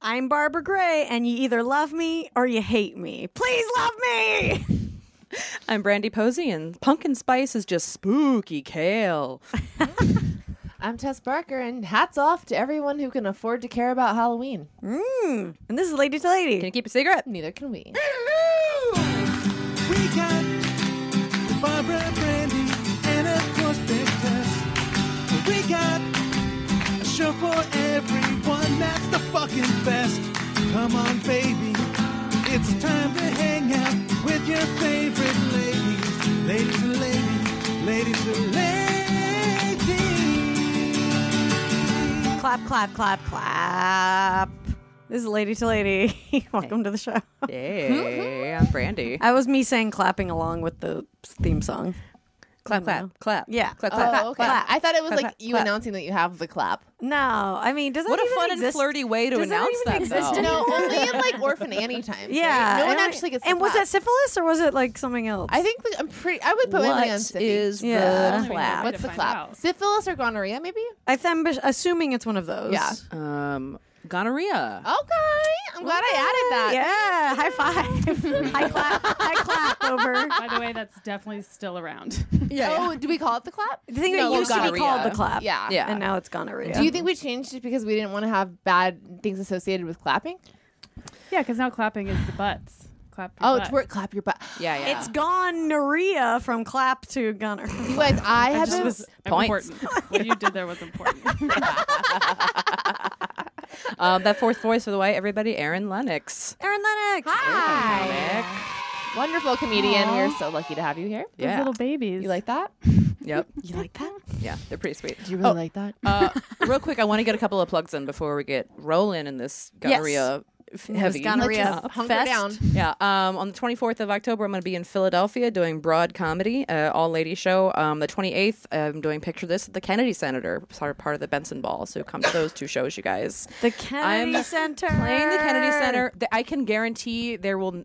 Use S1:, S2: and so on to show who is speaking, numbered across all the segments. S1: I'm Barbara Gray, and you either love me or you hate me. Please love me.
S2: I'm Brandy Posey, and pumpkin spice is just spooky kale.
S3: I'm Tess Barker, and hats off to everyone who can afford to care about Halloween.
S1: Mm. And this is Lady to Lady.
S2: Can you keep a cigarette?
S3: Neither can we.
S4: We got Barbara Brandy and of course Big Tess. We got a show for everyone that's the fucking best. Come on, baby. It's time to hang out with your favorite ladies. Ladies and ladies, ladies and ladies.
S1: Clap, clap, clap, clap. This is Lady to Lady. Welcome to the show.
S2: Hey, I'm Brandy.
S1: Mm-hmm. That was me saying clapping along with the theme song.
S2: Clap, clap, clap.
S1: Yeah.
S2: Clap, clap,
S3: Oh,
S2: clap,
S3: okay.
S2: clap.
S3: I thought it was like you
S2: clap.
S3: announcing that you have the clap.
S1: No, I mean, does that
S2: What a
S1: even
S2: fun and
S1: exist?
S2: flirty way to
S1: Does that
S2: announce
S1: even
S2: that,
S1: exist
S2: though.
S1: in-
S3: No, only in like Orphan Annie times. right?
S1: Yeah.
S3: No one
S1: and I-
S3: actually gets. the
S1: And was
S3: clap.
S1: that syphilis or was it like something else?
S3: I think that I'm pretty. I would put my money on
S2: What
S3: syphi.
S2: is
S1: Yeah.
S2: the clap?
S3: What's the clap? Syphilis or gonorrhea, maybe?
S1: I th- I'm assuming it's one of those.
S3: Yeah.
S2: Um,
S1: Oh,
S2: gonorrhea.
S3: Okay. I'm glad I added that.
S1: Yeah. High five. high clap. High clap over.
S5: By the way, that's definitely still around.
S3: Oh, do we call it the clap?
S1: The thing
S2: No,
S1: that used to be
S2: gonorrhea.
S1: called the clap.
S3: Yeah.
S2: Yeah.
S1: And now it's gonorrhea.
S3: Do you think we changed it because we didn't want to have bad things associated with clapping?
S5: yeah, because now clapping is the butts. Clap. Your
S3: Oh,
S5: butt.
S3: twerk, clap your butt.
S2: Yeah, yeah.
S1: it's gonorrhea from clap to gonorrhea?
S3: You guys, I
S5: I
S3: have
S5: just
S3: been-
S5: was
S2: Points.
S5: important. what you did there was important.
S2: um, that fourth voice, by the way, everybody, Aaron Lennox.
S1: Aaron Lennox. Oh,
S3: Hi. Wonderful comedian. We are so lucky to have you here.
S5: Those
S2: Yeah.
S5: little babies.
S3: You like that?
S2: Yep.
S1: You like that?
S2: Yeah, they're pretty sweet.
S3: Do you really like that?
S2: Uh, real quick, I want to get a couple of plugs in before we get rolling in this gonorrhea f- heavy.
S1: gonorrhea
S3: Let's just hunker
S1: fest.
S3: down.
S2: Yeah. Um, on the 24th of October, I'm going to be in Philadelphia doing broad comedy, uh, all lady show. Um, the 28th, I'm doing Picture This at the Kennedy Center, sort of part of the Benson Ball. So come to those two shows, you guys.
S1: The Kennedy
S2: I'm
S1: Center.
S2: Playing the Kennedy Center, th- I can guarantee there will.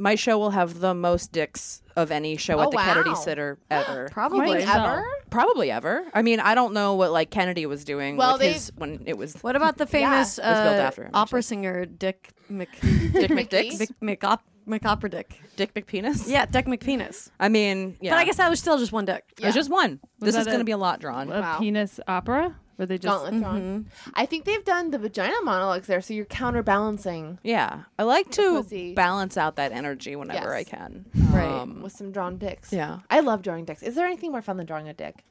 S2: My show will have the most dicks of any show
S3: Oh,
S2: at the Kennedy
S3: wow.
S2: Center ever.
S1: Probably.
S5: Wait,
S1: Uh,
S3: Ever?
S2: Probably ever. I mean, I don't know what like Kennedy was doing
S3: Well,
S2: with
S3: they-
S2: his when it was
S1: What about the famous
S2: was built
S1: uh,
S2: after him,
S1: opera singer Dick Mc
S2: Dick McDicks,
S1: Mc McOp McOpera Dick?
S2: Dick McPenis.
S1: Yeah, Dick McPenis.
S2: I mean, yeah.
S1: But I guess that was still just one dick.
S2: it was just one.
S5: Was
S2: this is
S5: that
S2: going to
S5: a-
S2: be a lot drawn.
S5: a
S3: Wow.
S5: penis opera? Were they just
S3: Gauntlet Throne. I think they've done the vagina monologues there, so you're counterbalancing
S2: Yeah, I like to
S3: pussy.
S2: balance out that energy whenever I
S3: Yes.
S2: can.
S1: Right.
S3: with some drawn dicks.
S2: Um, Yeah.
S3: I love drawing dicks. Is there anything more fun than drawing a dick?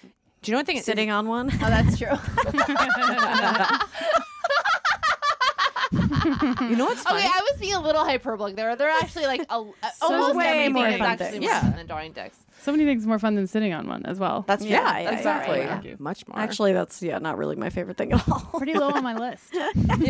S2: Do you know what I think?
S1: Sitting on one.
S3: Oh, that's true.
S2: You know what's funny?
S3: Okay, I was being a little hyperbolic there. They're actually like a, a-
S5: So
S3: almost
S1: way
S3: everything
S1: more
S3: is
S1: fun
S3: actually
S1: things.
S3: more
S2: Yeah.
S3: fun than drawing dicks.
S5: so many things more fun than sitting on one as well?
S3: That's true.
S2: yeah,
S1: Yeah, yeah,
S2: exactly.
S3: yeah,
S5: yeah.
S2: Much more.
S1: Actually, that's yeah, not really my favorite thing at all.
S5: Pretty low on my list.
S2: yeah.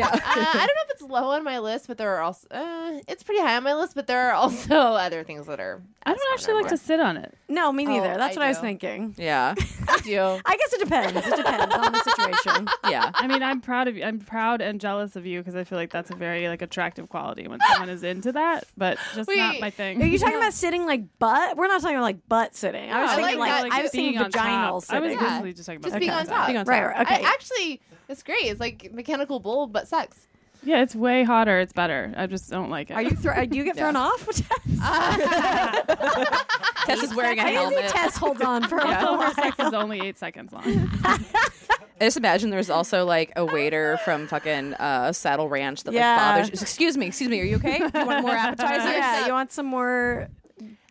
S3: Uh, I don't know if it's low on my list, but there are also uh, it's pretty high on my list, but there are also other things that are.
S5: I don't actually like to sit on it.
S1: No, me neither.
S3: Oh,
S1: that's
S3: I
S1: what I was
S3: do.
S1: thinking.
S2: yeah,
S3: to do.
S1: I guess it depends. It depends on the situation.
S2: yeah,
S5: I mean, I'm proud of you. I'm proud and jealous of you because I feel like that's a very like attractive quality when someone is into that, but just not
S3: Wait,
S5: my
S1: Are
S5: thing.
S1: you talking about sitting like butt? We're not talking about like butt sitting. I was
S3: I
S1: thinking
S3: like
S1: like,
S3: that, like,
S1: I was
S5: being
S1: thinking
S5: on
S1: vaginal
S5: top. I
S1: sitting.
S5: was
S3: Yeah.
S5: basically just talking about
S3: Just
S5: sitting
S3: being on top.
S2: Being on
S1: Right, right. Okay.
S3: I actually, it's great. It's like mechanical bull, but sex.
S5: Yeah, it's way hotter. It's better. I just don't like it.
S1: Are you thro- do you get thrown off?
S2: Tess is wearing a
S1: I usually
S2: helmet.
S1: Tess holds on for a
S5: Also,
S1: while.
S5: her sex is only eight seconds long.
S2: I just imagine there's also like a waiter from fucking uh, Saddle Ranch that
S1: Yeah.
S2: like bothers. Excuse me, excuse me. Are you okay? Do you want more appetizers?
S1: Yeah, you want some more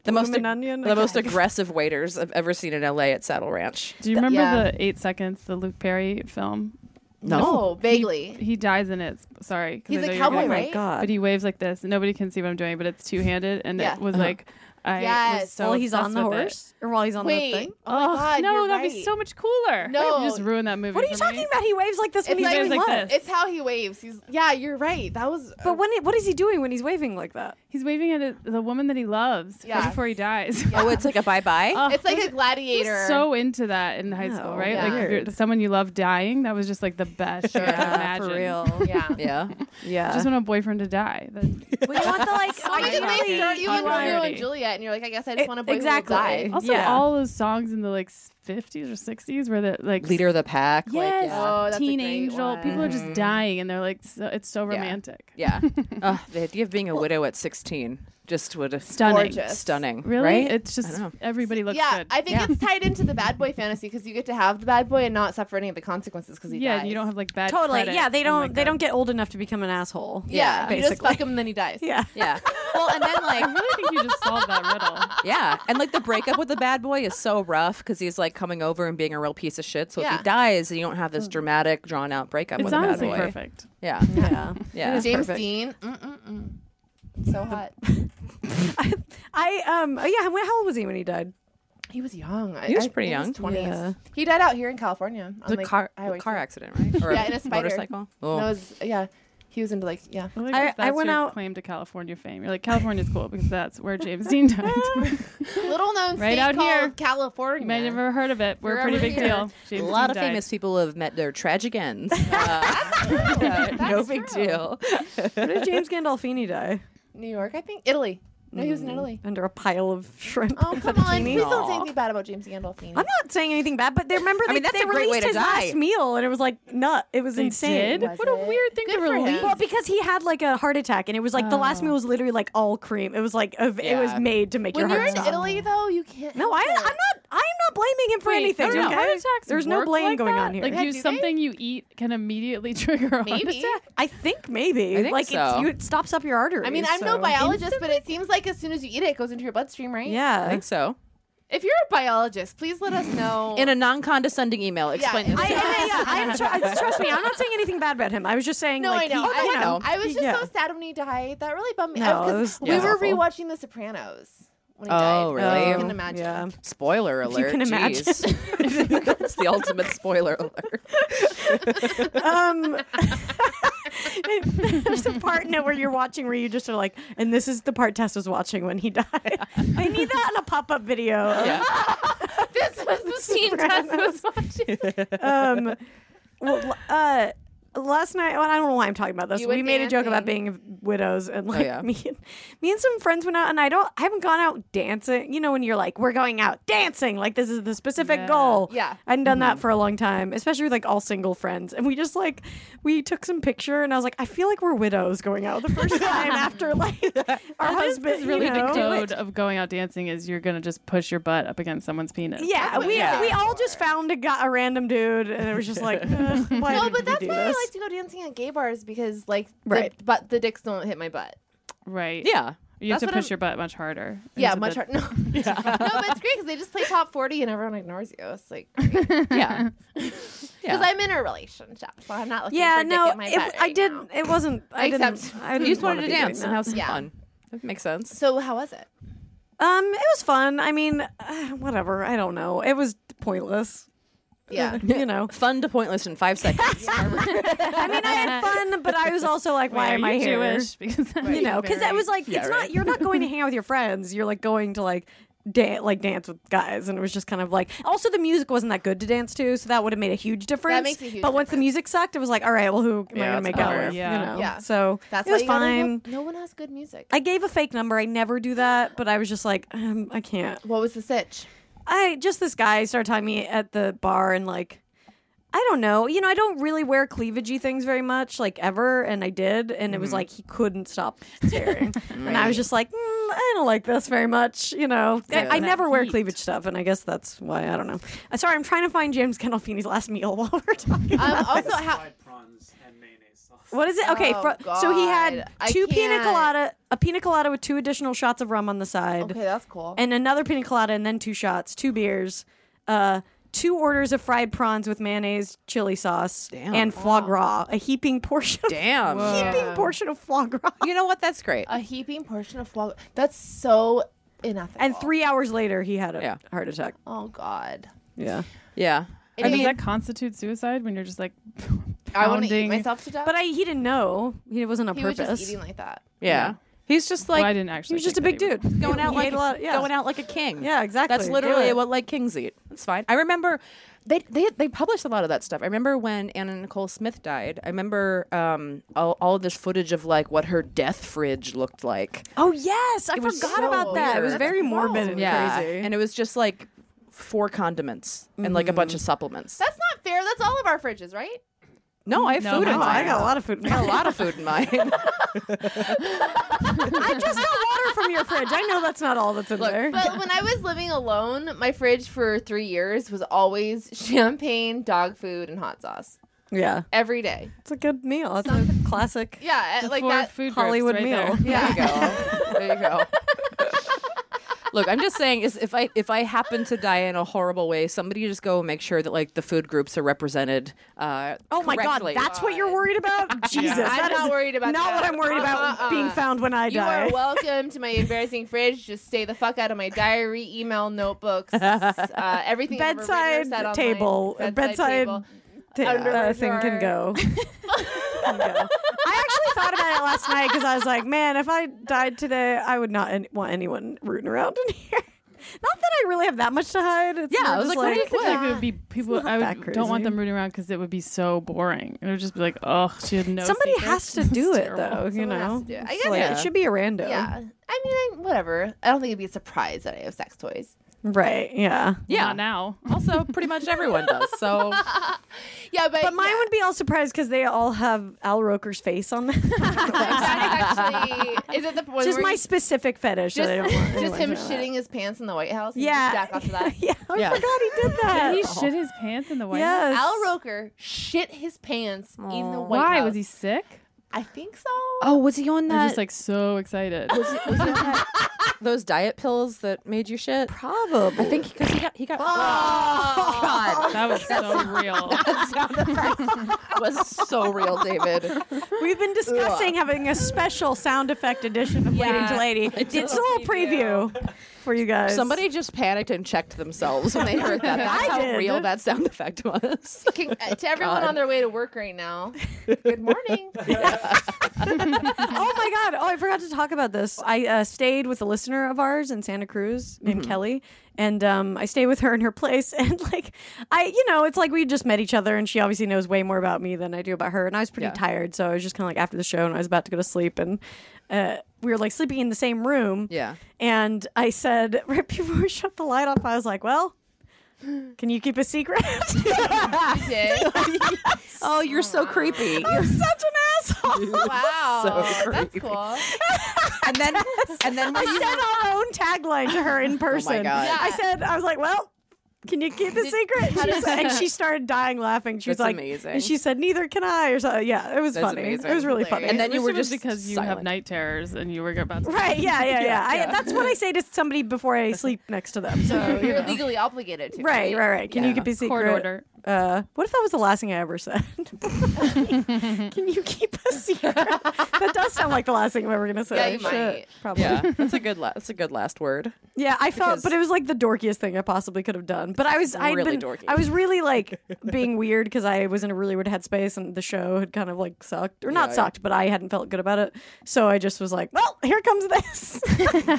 S2: The most
S1: Bloomin' onion?
S2: the most
S1: Okay.
S2: aggressive waiters I've ever seen in LA at Saddle Ranch.
S5: Do you remember
S3: Yeah.
S5: the eight seconds, the Luke Perry film?
S3: No, vaguely.
S5: He dies in it. Sorry. 'cause
S3: He's
S5: I know
S3: a
S5: you're
S3: cowboy,
S5: gonna-
S1: Oh my
S3: right?
S1: God.
S5: But he waves like this. Nobody can see what I'm doing, but it's two handed. And
S3: Yeah. Uh-huh.
S5: it was like, I was
S3: Yes.
S5: so
S1: while he's on the
S5: obsessed with it.
S1: horse or while he's on
S3: Wait.
S1: the thing.
S3: Oh, my God.
S5: no,
S3: you're
S5: that'd be
S3: right.
S5: so much cooler.
S3: No.
S5: you just ruined that movie.
S1: What are you
S5: for me.
S1: talking about? He waves like this when
S3: It's
S1: he's
S3: like-
S1: doing
S5: Waves like
S1: what?
S5: this.
S3: It's how he waves. He's yeah, you're right. That was
S1: But when it, what is he doing when he's waving like that?
S5: He's waving at a- the woman that he loves right
S3: Yeah.
S5: before he dies.
S2: Oh, it's like a bye bye.
S5: Oh,
S3: it's like
S5: those-
S3: a gladiator.
S5: so into that in high school,
S1: No,
S5: right?
S3: yeah.
S5: Like if you're, someone you love dying, that was just like the best show
S1: Yeah,
S5: I could imagine.
S1: for real.
S3: Oh, yeah.
S2: yeah.
S1: Yeah.
S5: I just want a boyfriend to die. That-
S1: we want the like.
S3: Why did
S5: Sorry. E,
S3: they
S1: ideally-
S3: start you in Romeo
S5: Popularity.
S3: and Juliet? And you're like, I guess I just
S1: It-
S3: want to boy
S5: Oh,
S1: exactly.
S3: who will die.
S5: also,
S1: Yeah.
S5: all those songs in the like s- 50s or 60s where the like
S2: Leader of the pack.
S5: yes,
S2: Like, yeah.
S3: Oh, that's a
S5: teen
S3: great
S5: angel.
S3: one.
S5: People are just dying, and they're like, so, it's so romantic,
S2: Yeah. Ugh, the idea of being a widow at 16 just would
S5: stunning,
S3: Gorgeous.
S2: stunning.
S5: really.
S2: Right?
S5: It's
S2: I
S5: just
S2: know.
S5: everybody looks
S3: yeah,
S5: good.
S3: I think
S2: Yeah.
S3: it's tied into the bad boy fantasy because you get to have the bad boy and not suffer any of the consequences because he
S5: yeah,
S3: dies.
S5: you don't have like bad.
S1: Totally.
S5: credit.
S1: Yeah, they
S5: Oh my
S1: don't. they
S5: God.
S1: don't get old enough to become an asshole.
S3: Yeah,
S2: Yeah,
S3: you just
S1: basically.
S3: fuck him and then he dies.
S1: Yeah.
S2: yeah. Well, and then like
S5: I really think you just solved that riddle.
S2: Yeah, and like the breakup with the bad boy is so rough because he's like coming over and being a real piece of shit. So if
S3: Yeah.
S2: he dies, you don't have
S5: Mm.
S2: this dramatic, drawn out breakup
S5: It's
S2: with a bad
S5: honestly
S2: boy.
S5: perfect.
S2: Yeah,
S1: Yeah.
S2: yeah.
S3: James
S1: perfect.
S3: Dean, mm-mm-mm. so hot.
S1: I, I um. oh, Yeah. When, how old was he when he died?
S3: He was young. I-
S2: He was
S3: I
S2: pretty
S3: think
S2: young.
S3: Twenties.
S1: Yeah.
S3: He died out here in California.
S2: It was a car, a car accident, right? Or
S3: Yeah, in a spider.
S2: motorcycle. Oh.
S3: That was yeah. He was into like yeah.
S5: I, think
S1: I-
S5: that's
S1: I went
S5: your
S1: out-
S5: claim to California fame. You're like California's cool because that's where James Dean died.
S3: Little known
S5: Right
S3: state
S5: out
S3: called
S5: here.
S3: California.
S5: you might have never heard of it. We're a
S3: We're
S5: pretty
S3: over
S5: big
S3: here.
S5: deal. James
S2: a lot
S5: Dean
S2: of
S5: died.
S2: famous people have met their tragic ends. Uh, yeah, no
S3: That's
S2: big
S3: true.
S2: deal.
S1: Where did James Gandolfini die?
S3: New York, I think. Italy. No, he was in Italy.
S1: Under a pile of shrimp.
S3: Oh
S1: and
S3: come on!
S1: fettuccine.
S3: Please don't say anything bad about James Gandolfini.
S1: I'm not saying anything bad, but they remember they,
S2: mean, that's
S1: they
S2: a great
S1: released
S2: way to
S1: his
S2: die.
S1: last meal, and it was like nut. It was
S5: They
S1: insane.
S5: did?
S3: Was
S5: What a
S3: it?
S5: weird thing
S3: Good
S5: to
S3: for him.
S5: release.
S1: Well, because he had like a heart attack, and it was like the last meal was literally like all cream. It was like a, it was
S2: Yeah.
S1: made to make
S3: when
S1: your
S3: you're
S1: heart
S3: in
S1: stop.
S3: Italy, though, you can't.
S1: No, I,
S3: help
S1: I'm
S3: it.
S1: not. I'm not blaming him for
S5: Wait,
S1: anything.
S5: no, no, no.
S1: okay?
S5: Heart attacks
S1: There's no
S5: work
S1: blame
S5: like
S1: going
S5: that?
S1: on here.
S5: Like
S3: Yeah,
S5: you,
S3: do they?
S5: something you eat can immediately trigger a heart
S3: Maybe.
S5: attack.
S1: I think maybe
S2: I think
S1: like it's,
S2: so.
S1: you, it stops up your arteries.
S3: I mean, I'm
S1: so-
S3: no biologist, but it seems like as soon as you eat it, it goes into your bloodstream, right?
S2: I
S1: Yeah,
S2: think so.
S3: If you're a biologist, please let us know.
S2: In a non-condescending email, explain
S3: Yeah,
S2: this.
S1: I,
S2: to us.
S1: I, yeah, I'm tr- I- trust me, I'm not saying anything bad about him. I was just saying,
S3: no,
S1: like,
S3: I know. Oh,
S1: He,
S3: I,
S1: you know,
S3: I was just
S1: yeah.
S3: so sad when he died. That really bummed me
S1: No,
S3: out
S1: it
S3: because
S1: was-
S3: we
S2: yeah.
S3: were
S2: Awful.
S3: rewatching The Sopranos when he
S2: Oh,
S3: died.
S2: really?
S3: You can imagine.
S1: Yeah.
S2: Spoiler alert!
S1: you can imagine.
S2: Jeez. That's the ultimate spoiler alert.
S1: Um, there's a part in it where you're watching where you just are like, and this is the part Tess was watching when he died. they need that on a pop up video.
S2: Yeah.
S3: This was the scene Tess was watching.
S1: Um, well, uh, last night, well, I don't know why I'm talking about this.
S3: You
S1: We
S3: went
S1: made a joke about
S3: dancing. Oh,
S1: being widows, and like
S2: yeah.
S1: me, and, me and some friends went out, and I don't, I haven't gone out dancing. You know, when you're like, we're going out dancing, like this is the specific
S5: Yeah.
S1: goal.
S3: Yeah.
S1: I hadn't done that for a long time, especially with like all single friends. And we just like we took some picture, and I was like, I feel like we're widows going out the first time after like our husband.
S5: It's really
S1: you know?
S5: the code of going out dancing is you're gonna just push your butt up against someone's penis.
S1: Yeah,
S3: what
S1: we
S3: you asked
S1: we all just found a, guy, a random dude, and it was just like, eh, why
S3: No,
S1: did
S3: but that's
S1: we do
S3: why
S1: this?
S3: I like to go dancing at gay bars because, like,
S1: Right.
S3: the, but the dicks don't hit my butt.
S5: Right.
S2: Yeah.
S5: You
S3: That's
S5: have to
S3: what
S5: push
S3: I'm-
S5: your butt much harder.
S3: Yeah,
S5: into
S3: much
S5: the-
S3: hard. No, no, but it's great because they just play top forty and everyone ignores you. It's like because
S2: Yeah. Yeah.
S3: I'm in a relationship, so I'm not looking
S1: yeah,
S3: for
S1: no,
S3: dick in my
S1: it,
S3: butt
S1: I
S3: right
S1: did.
S3: now.
S1: It wasn't. I didn't.
S3: Except-
S1: I
S2: you
S1: didn't
S2: just wanted
S1: wanna
S2: to
S1: be doing
S2: dance and
S1: that.
S2: have some
S3: Yeah.
S2: fun. That makes sense.
S3: So how was it?
S1: Um, it was fun. I mean, uh, whatever. I don't know. It was pointless.
S3: Yeah.
S1: you know.
S2: Fun to pointless in five seconds.
S1: I mean, I had fun, but I was also like, why
S5: Wait, are
S1: am I
S5: you
S1: here?
S5: Jewish? Because
S1: You know, because that was like,
S2: Yeah,
S1: it's
S2: right.
S1: not. You're not going to hang out with your friends. You're like going to like. Dan- like dance with guys and it was just kind of like also the music wasn't that good to dance to so that would have made a huge difference
S3: makes a huge
S1: but once the music sucked it was like all right well who am
S2: Yeah,
S1: i gonna
S2: it's
S1: make out
S2: over.
S1: with
S5: Yeah.
S1: you know
S3: Yeah.
S1: so
S3: That's
S1: it
S3: why
S1: was
S3: you gotta
S1: fine
S3: look- No one has good music.
S1: I gave a fake number. I never do that, but I was just like, um, I can't.
S3: what was the sitch?
S1: I just this guy started talking to me at the bar and like, I don't know. You know, I don't really wear cleavagey things very much, like ever, and I did, and
S3: Mm-hmm.
S1: it was like he couldn't stop staring, and I was just like, mm, I don't like this very much. You know, I- I,
S2: Yeah.
S1: never wear
S5: Heat.
S1: cleavage stuff, and I guess that's why I don't know. Uh, sorry, I'm trying to find James Gandolfini's last meal while we're talking. about
S3: Um, also, how
S4: Fried prawns and mayonnaise sauce.
S1: What is it? Okay,
S3: Oh,
S1: fro- so he
S3: God.
S1: had
S3: I
S1: two pina
S3: can't.
S1: colada, a pina colada with two additional shots of rum on the side.
S3: okay, that's cool.
S1: and another pina colada, and then two shots, two beers, uh, two orders of fried prawns with mayonnaise, chili sauce,
S2: Damn.
S1: and foie gras. A heaping portion. Of,
S2: Damn.
S1: Heaping portion of foie gras.
S2: You know what? That's
S1: Uh,
S2: great.
S3: a heaping portion of foie. That's so unethical.
S1: And three hours later, he had a
S2: Yeah.
S1: heart attack.
S3: Oh God.
S1: Yeah,
S2: Yeah.
S3: It
S5: I mean,
S3: is-
S5: does that constitute suicide when you're just like
S3: I want to eat
S5: pounding-
S3: myself to death.
S1: but I, he didn't know. He wasn't on
S3: he was
S1: purpose.
S3: just eating like that.
S2: Yeah. He's just
S5: Well,
S2: like
S5: I didn't
S1: he
S5: actually.
S1: was just a
S5: think
S1: big
S5: that he was-
S1: dude
S2: going out
S1: He
S2: like
S1: ate a lot. Yeah,
S2: going out like a king.
S1: Yeah, exactly.
S2: That's
S1: Do
S2: literally
S1: it.
S2: what like kings eat. That's fine. I remember they they they published a lot of that stuff. I remember when Anna Nicole Smith died. I remember um all, all of this footage of like what her death fridge looked like.
S1: Oh yes, I
S2: was
S1: forgot
S2: so
S1: about that. It was
S2: weird.
S1: very morbid
S3: That's
S1: and
S2: yeah,
S1: crazy.
S2: and it was just like four condiments and like a bunch
S1: Mm-hmm.
S2: of supplements.
S3: That's not fair. That's all of our fridges, right?
S2: No, I have
S5: No,
S2: food in
S5: mine's
S1: I
S2: mine.
S1: got a lot of food.
S2: I got a lot of food in mine.
S1: I just got water from your fridge. I know that's not all that's in there.
S3: But when I was living alone, my fridge for three years was always champagne, dog food, and hot sauce
S1: yeah,
S3: every day.
S1: it's a good meal. It's a classic
S3: Yeah, eh,
S5: The
S3: like
S5: four
S3: that.
S5: food groups
S1: Hollywood
S5: right
S1: meal.
S5: there.
S3: Yeah.
S2: go. There you go. Look, I'm just saying, is if I if I happen to die in a horrible way, somebody just go make sure that like the food groups are represented. Uh,
S1: Oh my
S2: correctly.
S1: god, that's what you're worried about? Jesus.
S3: I'm
S1: that
S3: not
S1: is
S3: worried about
S1: Not
S3: that.
S1: what I'm worried about
S3: Uh-uh.
S1: being found when I
S3: You
S1: die.
S3: are welcome to my embarrassing fridge. Just stay the fuck out of my diary, email, notebooks, uh, everything. I've ever written or said
S1: bedside
S3: online.
S1: table,
S3: Bedside,
S1: bedside,
S3: table.
S1: ta-
S3: Under
S1: uh,
S3: her
S1: thing can go.
S3: drawer.
S1: Can go. I actually thought about it last night because I was like, man, if I died today, I would not any- want anyone rooting around in here. Not that I really have that much to hide. It's
S2: Yeah,
S1: more
S2: I was
S1: just
S2: like, what do you
S5: I feel like it would be people.
S1: not
S5: I
S1: that
S5: would, don't want
S1: crazy.
S5: them rooting around because it would be so boring. It would just be like, oh, she had no.
S1: Somebody
S5: secrets."
S1: has to
S5: It's
S1: do it
S5: terrible.
S1: though, you
S3: Someone has
S1: know.
S3: to do it. I
S1: It's
S3: guess
S1: like,
S2: yeah.
S1: it should be a rando.
S3: Yeah, I mean, I, whatever. I don't think it'd be a surprise that I have sex toys.
S1: Right. Yeah.
S5: Not
S2: yeah.
S5: now.
S2: Also, pretty much everyone does. So
S3: Yeah, but,
S1: But mine
S3: yeah,
S1: would be all surprised because they all have Al Roker's face on them.
S3: that is actually is it the one
S1: just
S3: where
S1: my
S3: you-
S1: specific fetish.
S3: just,
S1: that I don't want
S3: just
S1: anyone to
S3: him
S1: know that.
S3: shitting his pants in the White House? and
S1: Yeah.
S3: just jack off to that.
S1: yeah. I
S2: Yeah.
S1: forgot he did that.
S5: Did he shit his pants in the White House?
S1: yes.
S3: Al Roker shit his pants in the
S2: Aw.
S3: White
S5: Why
S3: House.
S5: was he sick?
S3: I think so.
S2: Oh, was he on
S5: Oh I was just like so excited.
S2: those diet pills that made you shit?
S1: Probably.
S2: I think because he got he got
S1: Oh,
S5: that was so real.
S2: that sound effect was so real, David.
S1: We've been discussing having a special sound effect edition of
S3: Yeah.
S1: Lady to Lady. It's a little preview for you guys.
S2: Somebody just panicked and checked themselves when they heard that. That's
S1: I
S2: how
S1: did.
S2: real that sound effect was.
S3: Can- uh, to everyone
S2: God.
S3: on their way to work right now, good morning.
S1: Oh my god! Oh, I forgot to talk about this. I uh, stayed with a listener of ours in Santa Cruz named
S2: Mm-hmm.
S1: Kelly, and um, I stayed with her in her place. And like, I, you know, it's like we just met each other, and she obviously knows way more about me than I do about her. And I was pretty
S2: Yeah.
S1: tired, so I was just kind of like after the show, and I was about to go to sleep, and uh, we were like sleeping in the same room.
S2: Yeah.
S1: And I said right before we shut the light off, I was like, "Well, can you keep a secret?"
S3: You did.
S2: Oh, you're so creepy.
S1: I'm such an asshole.
S3: Wow.
S2: So
S3: That's
S2: creepy.
S3: cool.
S2: and then and then when
S1: I
S2: you
S1: said our own tagline to her in person.
S2: Oh God. Yeah.
S1: I said, I was like, well, can you keep a secret? She was- and she started dying laughing. She was
S2: That's
S1: like,
S2: amazing.
S1: and she said, neither can I. Or something. Yeah, it was
S2: That's
S1: funny.
S2: amazing.
S1: It was really funny.
S3: Hilarious.
S2: And then you
S5: Wish
S2: were
S5: it was
S2: just
S5: because you have
S2: silent.
S5: night terrors and you were about to.
S1: Right, yeah, yeah, yeah.
S2: yeah.
S1: I, that's what I say to somebody before I sleep next to them. So, you
S3: You're
S1: know.
S3: legally obligated to.
S1: Right, right, right. Can you
S2: Yeah.
S1: keep a secret?
S5: Court order.
S1: Uh, what if that was the last thing I ever said? Can you keep a secret? that does sound like the last thing I'm ever gonna say.
S3: Yeah, you
S1: Shit,
S3: might.
S1: Probably.
S2: Yeah, that's a good la- that's a good last word.
S1: Yeah, I felt,
S2: Because-
S1: but it was like the dorkiest thing I possibly could have done. But I was, I
S2: Really
S1: been,
S2: dorky.
S1: I was really like being weird because I was in a really weird headspace, and the show had kind of like sucked, or not
S2: Yeah.
S1: sucked, but I hadn't felt good about it. So I just was like, well, here comes this.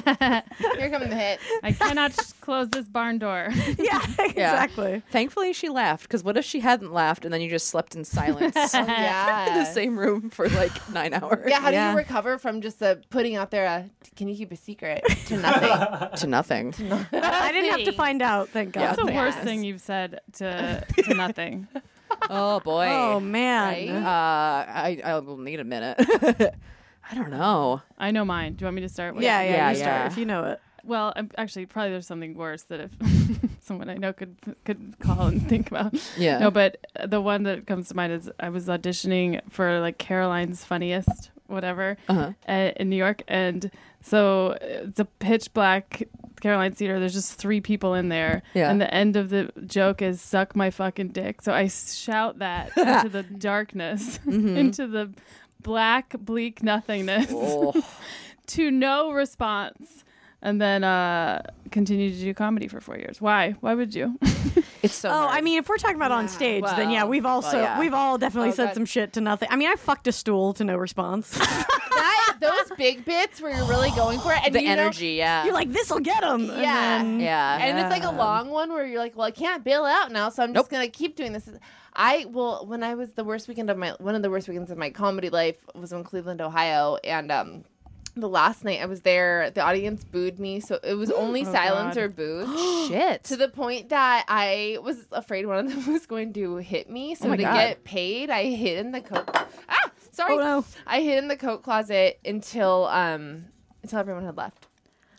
S3: Here come the hits.
S5: I cannot sh- close this barn door.
S1: yeah, exactly.
S2: Thankfully, she laughed because what if she hadn't laughed and then you just slept in silence in the
S3: Yeah.
S2: same room for like nine hours?
S3: Yeah, how do
S1: Yeah.
S3: you recover from just uh, putting out there a can you keep a secret to nothing?
S2: to nothing.
S1: I didn't have to
S3: Nothing.
S1: find out. Thank God.
S2: Yeah,
S5: That's the
S2: Yes.
S5: worst thing you've said to, to nothing.
S2: Oh boy.
S1: Oh man.
S2: Uh, I I will need a minute. I don't know.
S5: I know mine. Do you want me to start? With
S1: Yeah, yeah,
S2: Yeah,
S1: you start
S2: yeah.
S1: if you know it.
S5: Well, um, actually, probably there's something worse that if someone I know could could call and think about.
S2: Yeah.
S5: No, but uh, the one that comes to mind is I was auditioning for like Caroline's Funniest whatever
S2: Uh-huh.
S5: uh, in New York, and so uh, it's a pitch black Caroline Theater. There's just three people in there,
S2: Yeah.
S5: and the end of the joke is "suck my fucking dick." So I shout that into the darkness,
S2: Mm-hmm.
S5: into the black bleak nothingness
S2: Oh,
S5: to no response and then uh continued to do comedy for four years why why would you
S2: it's so.
S1: Oh,
S2: hard.
S1: I mean, if we're talking about on stage, then yeah,
S3: Well,
S1: we've also
S2: yeah.
S1: we've all definitely
S3: Oh,
S1: said
S3: God.
S1: some shit to nothing. I mean, I fucked a stool to no response.
S3: that those big bits where you're really going for it and
S2: the
S3: you know-
S2: energy. yeah.
S1: You're like, this'll get him.
S3: Yeah.
S2: yeah.
S3: and it's like a long one where you're like, well, I can't bail out now, so I'm
S2: Nope.
S3: just gonna keep doing this. I well, when I was the worst weekend of my one of the worst weekends of my comedy life was in Cleveland, Ohio, and um, the last night I was there, the audience booed me, so it was only
S2: Oh,
S3: silence
S5: God.
S3: or booze.
S2: Shit.
S3: To the point that I was afraid one of them was going to hit me. So
S2: my
S3: to
S2: God.
S3: get paid, I hid in the coat. Ah, sorry.
S1: Oh, no.
S3: I hid in the coat closet until um until everyone had left.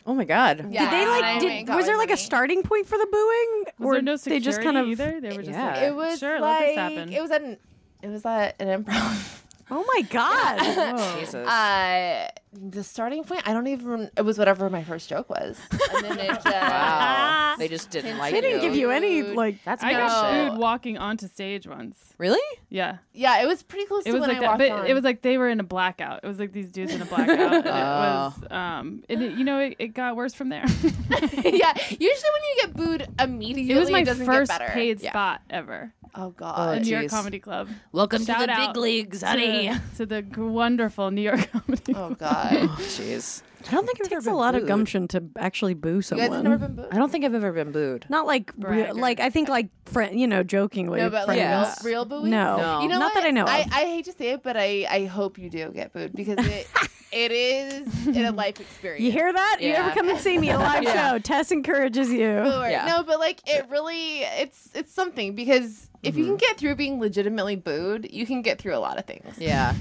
S2: oh my god.
S3: Yeah.
S1: Did they
S3: I
S1: like?
S3: ain't
S1: Did,
S3: got
S1: was there
S3: my
S1: like a
S3: money.
S1: starting point for the booing,
S5: Was there no security either? They were just
S2: Yeah.
S5: like,
S3: It was
S5: sure,
S3: like
S5: let this happen.
S3: it was an it was at an improv.
S1: Oh my god!
S5: Whoa.
S2: Jesus.
S3: Uh, the starting point, I don't even. It was whatever my first joke was, and then it uh, just.
S2: wow. They just didn't like
S1: They didn't give you any
S3: Dude.
S1: like.
S2: That's
S5: I got
S2: bullshit.
S5: booed walking onto stage once.
S2: Really?
S5: Yeah,
S3: Yeah, it was pretty close
S5: it
S3: to
S5: was
S3: when
S5: like
S3: I
S5: that,
S3: walked
S5: but
S3: on.
S5: it was like they were in a blackout. It was like these dudes in a blackout. and it
S2: Oh.
S5: was, um, and it, you know, it, it got worse from there.
S3: yeah. Usually when you get booed immediately,
S5: it was my
S3: doesn't
S5: first
S3: get better.
S5: paid
S2: Yeah.
S5: spot ever.
S3: Oh god.
S5: the New York
S2: jeez.
S5: Comedy Club.
S2: Welcome
S5: Shout out
S2: leagues,
S5: to,
S2: Oh,
S5: to the g- wonderful New York Comedy Club.
S3: Oh god.
S2: Jeez. I don't think I've
S1: It's
S2: ever
S1: a
S2: been
S1: lot of
S2: booed.
S1: gumption to actually boo
S3: you guys have
S1: someone.
S3: never been booed.
S2: I don't think I've ever been booed.
S1: Not like re-
S5: Bragger.
S1: like I think like friend, you know, jokingly.
S3: no, but like
S1: friends.
S2: friends.
S3: real, real booing.
S1: No.
S2: No.
S3: You know
S1: Not
S3: what?
S1: that I know
S3: I,
S1: of.
S3: I hate to say it, but I, I hope you do get booed because it it is in a life experience.
S1: You hear that? You ever
S2: Yeah.
S1: come and see me at a live
S2: Yeah.
S1: show? Tess encourages you.
S3: Or-
S2: Yeah.
S3: No, but like it really it's it's something because if you can
S2: Mm-hmm.
S3: get through being legitimately booed, you can get through a lot of things.
S2: Yeah.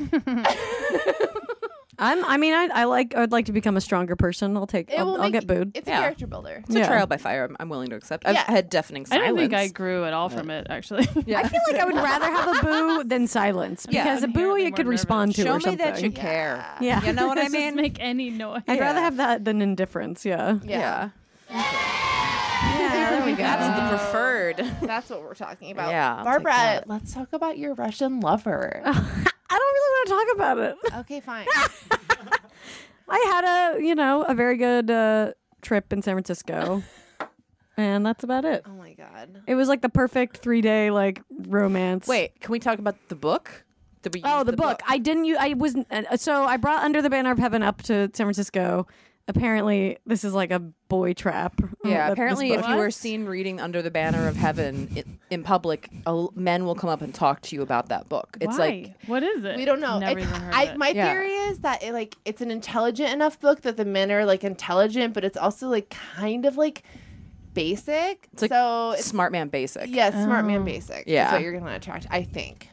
S1: I'm. I mean, I, I like. I'd like to become a stronger person. I'll take. I'll, I'll get booed.
S3: It's
S2: Yeah.
S3: a character builder.
S2: It's
S1: Yeah.
S2: a trial by fire. I'm, I'm willing to accept. I've
S3: Yeah.
S2: had deafening
S5: I
S2: silence.
S5: don't think I grew at all from it, actually.
S2: Yeah.
S1: I feel like I would rather have a boo than silence
S2: Yeah.
S1: because a
S5: I'm
S1: boo
S5: inherently
S1: you could
S5: more
S1: respond to
S2: Show
S1: or
S2: me
S1: something.
S2: that you care.
S1: Yeah.
S2: You know what I
S5: Just
S2: mean?
S5: make any noise.
S1: I'd rather
S2: Yeah.
S1: have that than indifference. Yeah.
S3: Yeah.
S1: Yeah. There we go.
S2: That's the preferred.
S3: That's what we're talking about.
S2: Yeah, I'll
S3: Barbara,
S2: take that.
S3: let's talk about your Russian lover.
S1: I don't really want to talk about it.
S3: okay, fine.
S1: I had a, you know, a very good uh, trip in San Francisco, and that's about it.
S3: Oh my god.
S1: It was like the perfect three day like romance.
S2: Wait, can we talk about the book? Did we
S1: Oh,
S2: use
S1: the, book. I didn't. You. I was. Uh, so I brought Under the Banner of Heaven up to San Francisco. Apparently, this is like a boy trap.
S2: Yeah,
S1: That- this
S2: apparently, if
S1: book.
S2: you were
S5: What?
S2: seen reading Under the Banner of Heaven in, in public, a, men will come up and talk to you about that book. It's
S5: Why?
S2: like,
S5: what is it?
S3: We don't know.
S5: Never
S3: It's-
S5: even heard
S3: I,
S5: of it.
S3: My
S2: Yeah.
S3: theory is that it like it's an intelligent enough book that the men are like intelligent, but it's also like kind of like basic.
S2: it's like
S3: so it's
S2: smart man basic.
S3: yeah, smart
S5: Oh.
S3: man basic. Yeah,
S2: Yeah.
S3: is what you're gonna attract. I think.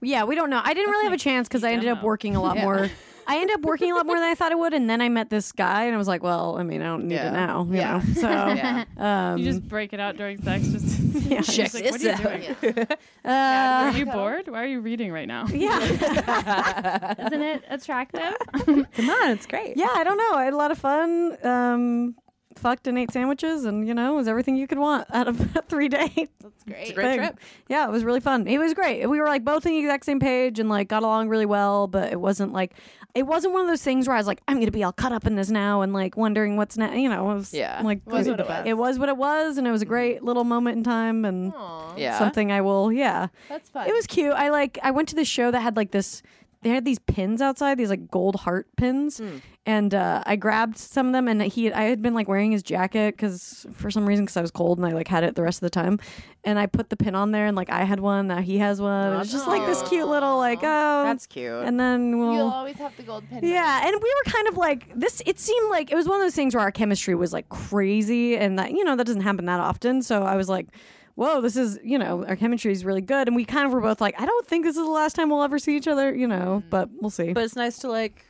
S1: Yeah, we don't know. I didn't really have a chance because I ended up
S5: demo.
S1: working a lot more. I ended up working a lot more than I thought I would, and then I met this guy, and I was like, "Well, I mean, I don't need
S2: Yeah.
S1: it now." You
S3: Yeah.
S1: Know? So,
S2: Yeah.
S1: um,
S5: You just break it out during sex. Just yeah.
S2: Check
S5: like,
S2: this
S5: what are you
S2: out.
S5: doing?
S1: uh,
S5: Are you bored? Why are you reading right now?
S1: yeah,
S5: Isn't it attractive?
S2: Come on, it's great.
S1: yeah. I don't know. I had a lot of fun. Um, fucked and ate sandwiches, and you know, it was everything you could want out of a three day
S3: That's great.
S2: Great
S1: thing.
S2: trip.
S1: Yeah, it was really fun. It was great. We were like both on the exact same page and like got along really well, but it wasn't like it wasn't one of those things where I was like, I'm gonna be all caught up in this now and like wondering what's next. You know, it was
S2: Yeah.
S1: like
S3: Was what it was.
S1: It was what it was, and it was a great little moment in time and
S3: Aw,
S2: Yeah.
S1: something I will. Yeah,
S3: that's fun.
S1: it was cute. I like. I went to this show that had like this. They had these pins outside, these like gold heart pins, and uh, I grabbed some of them. And he, I had been like wearing his jacket because for some reason, because I was cold and I like had it the rest of the time. And I put the pin on there, and like I had one, now he has one. It was just like this cute little like oh,
S2: That's cute.
S1: And then we'll.
S3: You'll always have the gold pin.
S1: Yeah, and we were kind of like this. It seemed like it was one of those things where our chemistry was like crazy, and that you know that doesn't happen that often. So I was like, "Whoa, this is you know our chemistry is really good." And we kind of were both like, "I don't think this is the last time we'll ever see each other," you know, but we'll see.
S2: Mm-hmm. but it's nice to like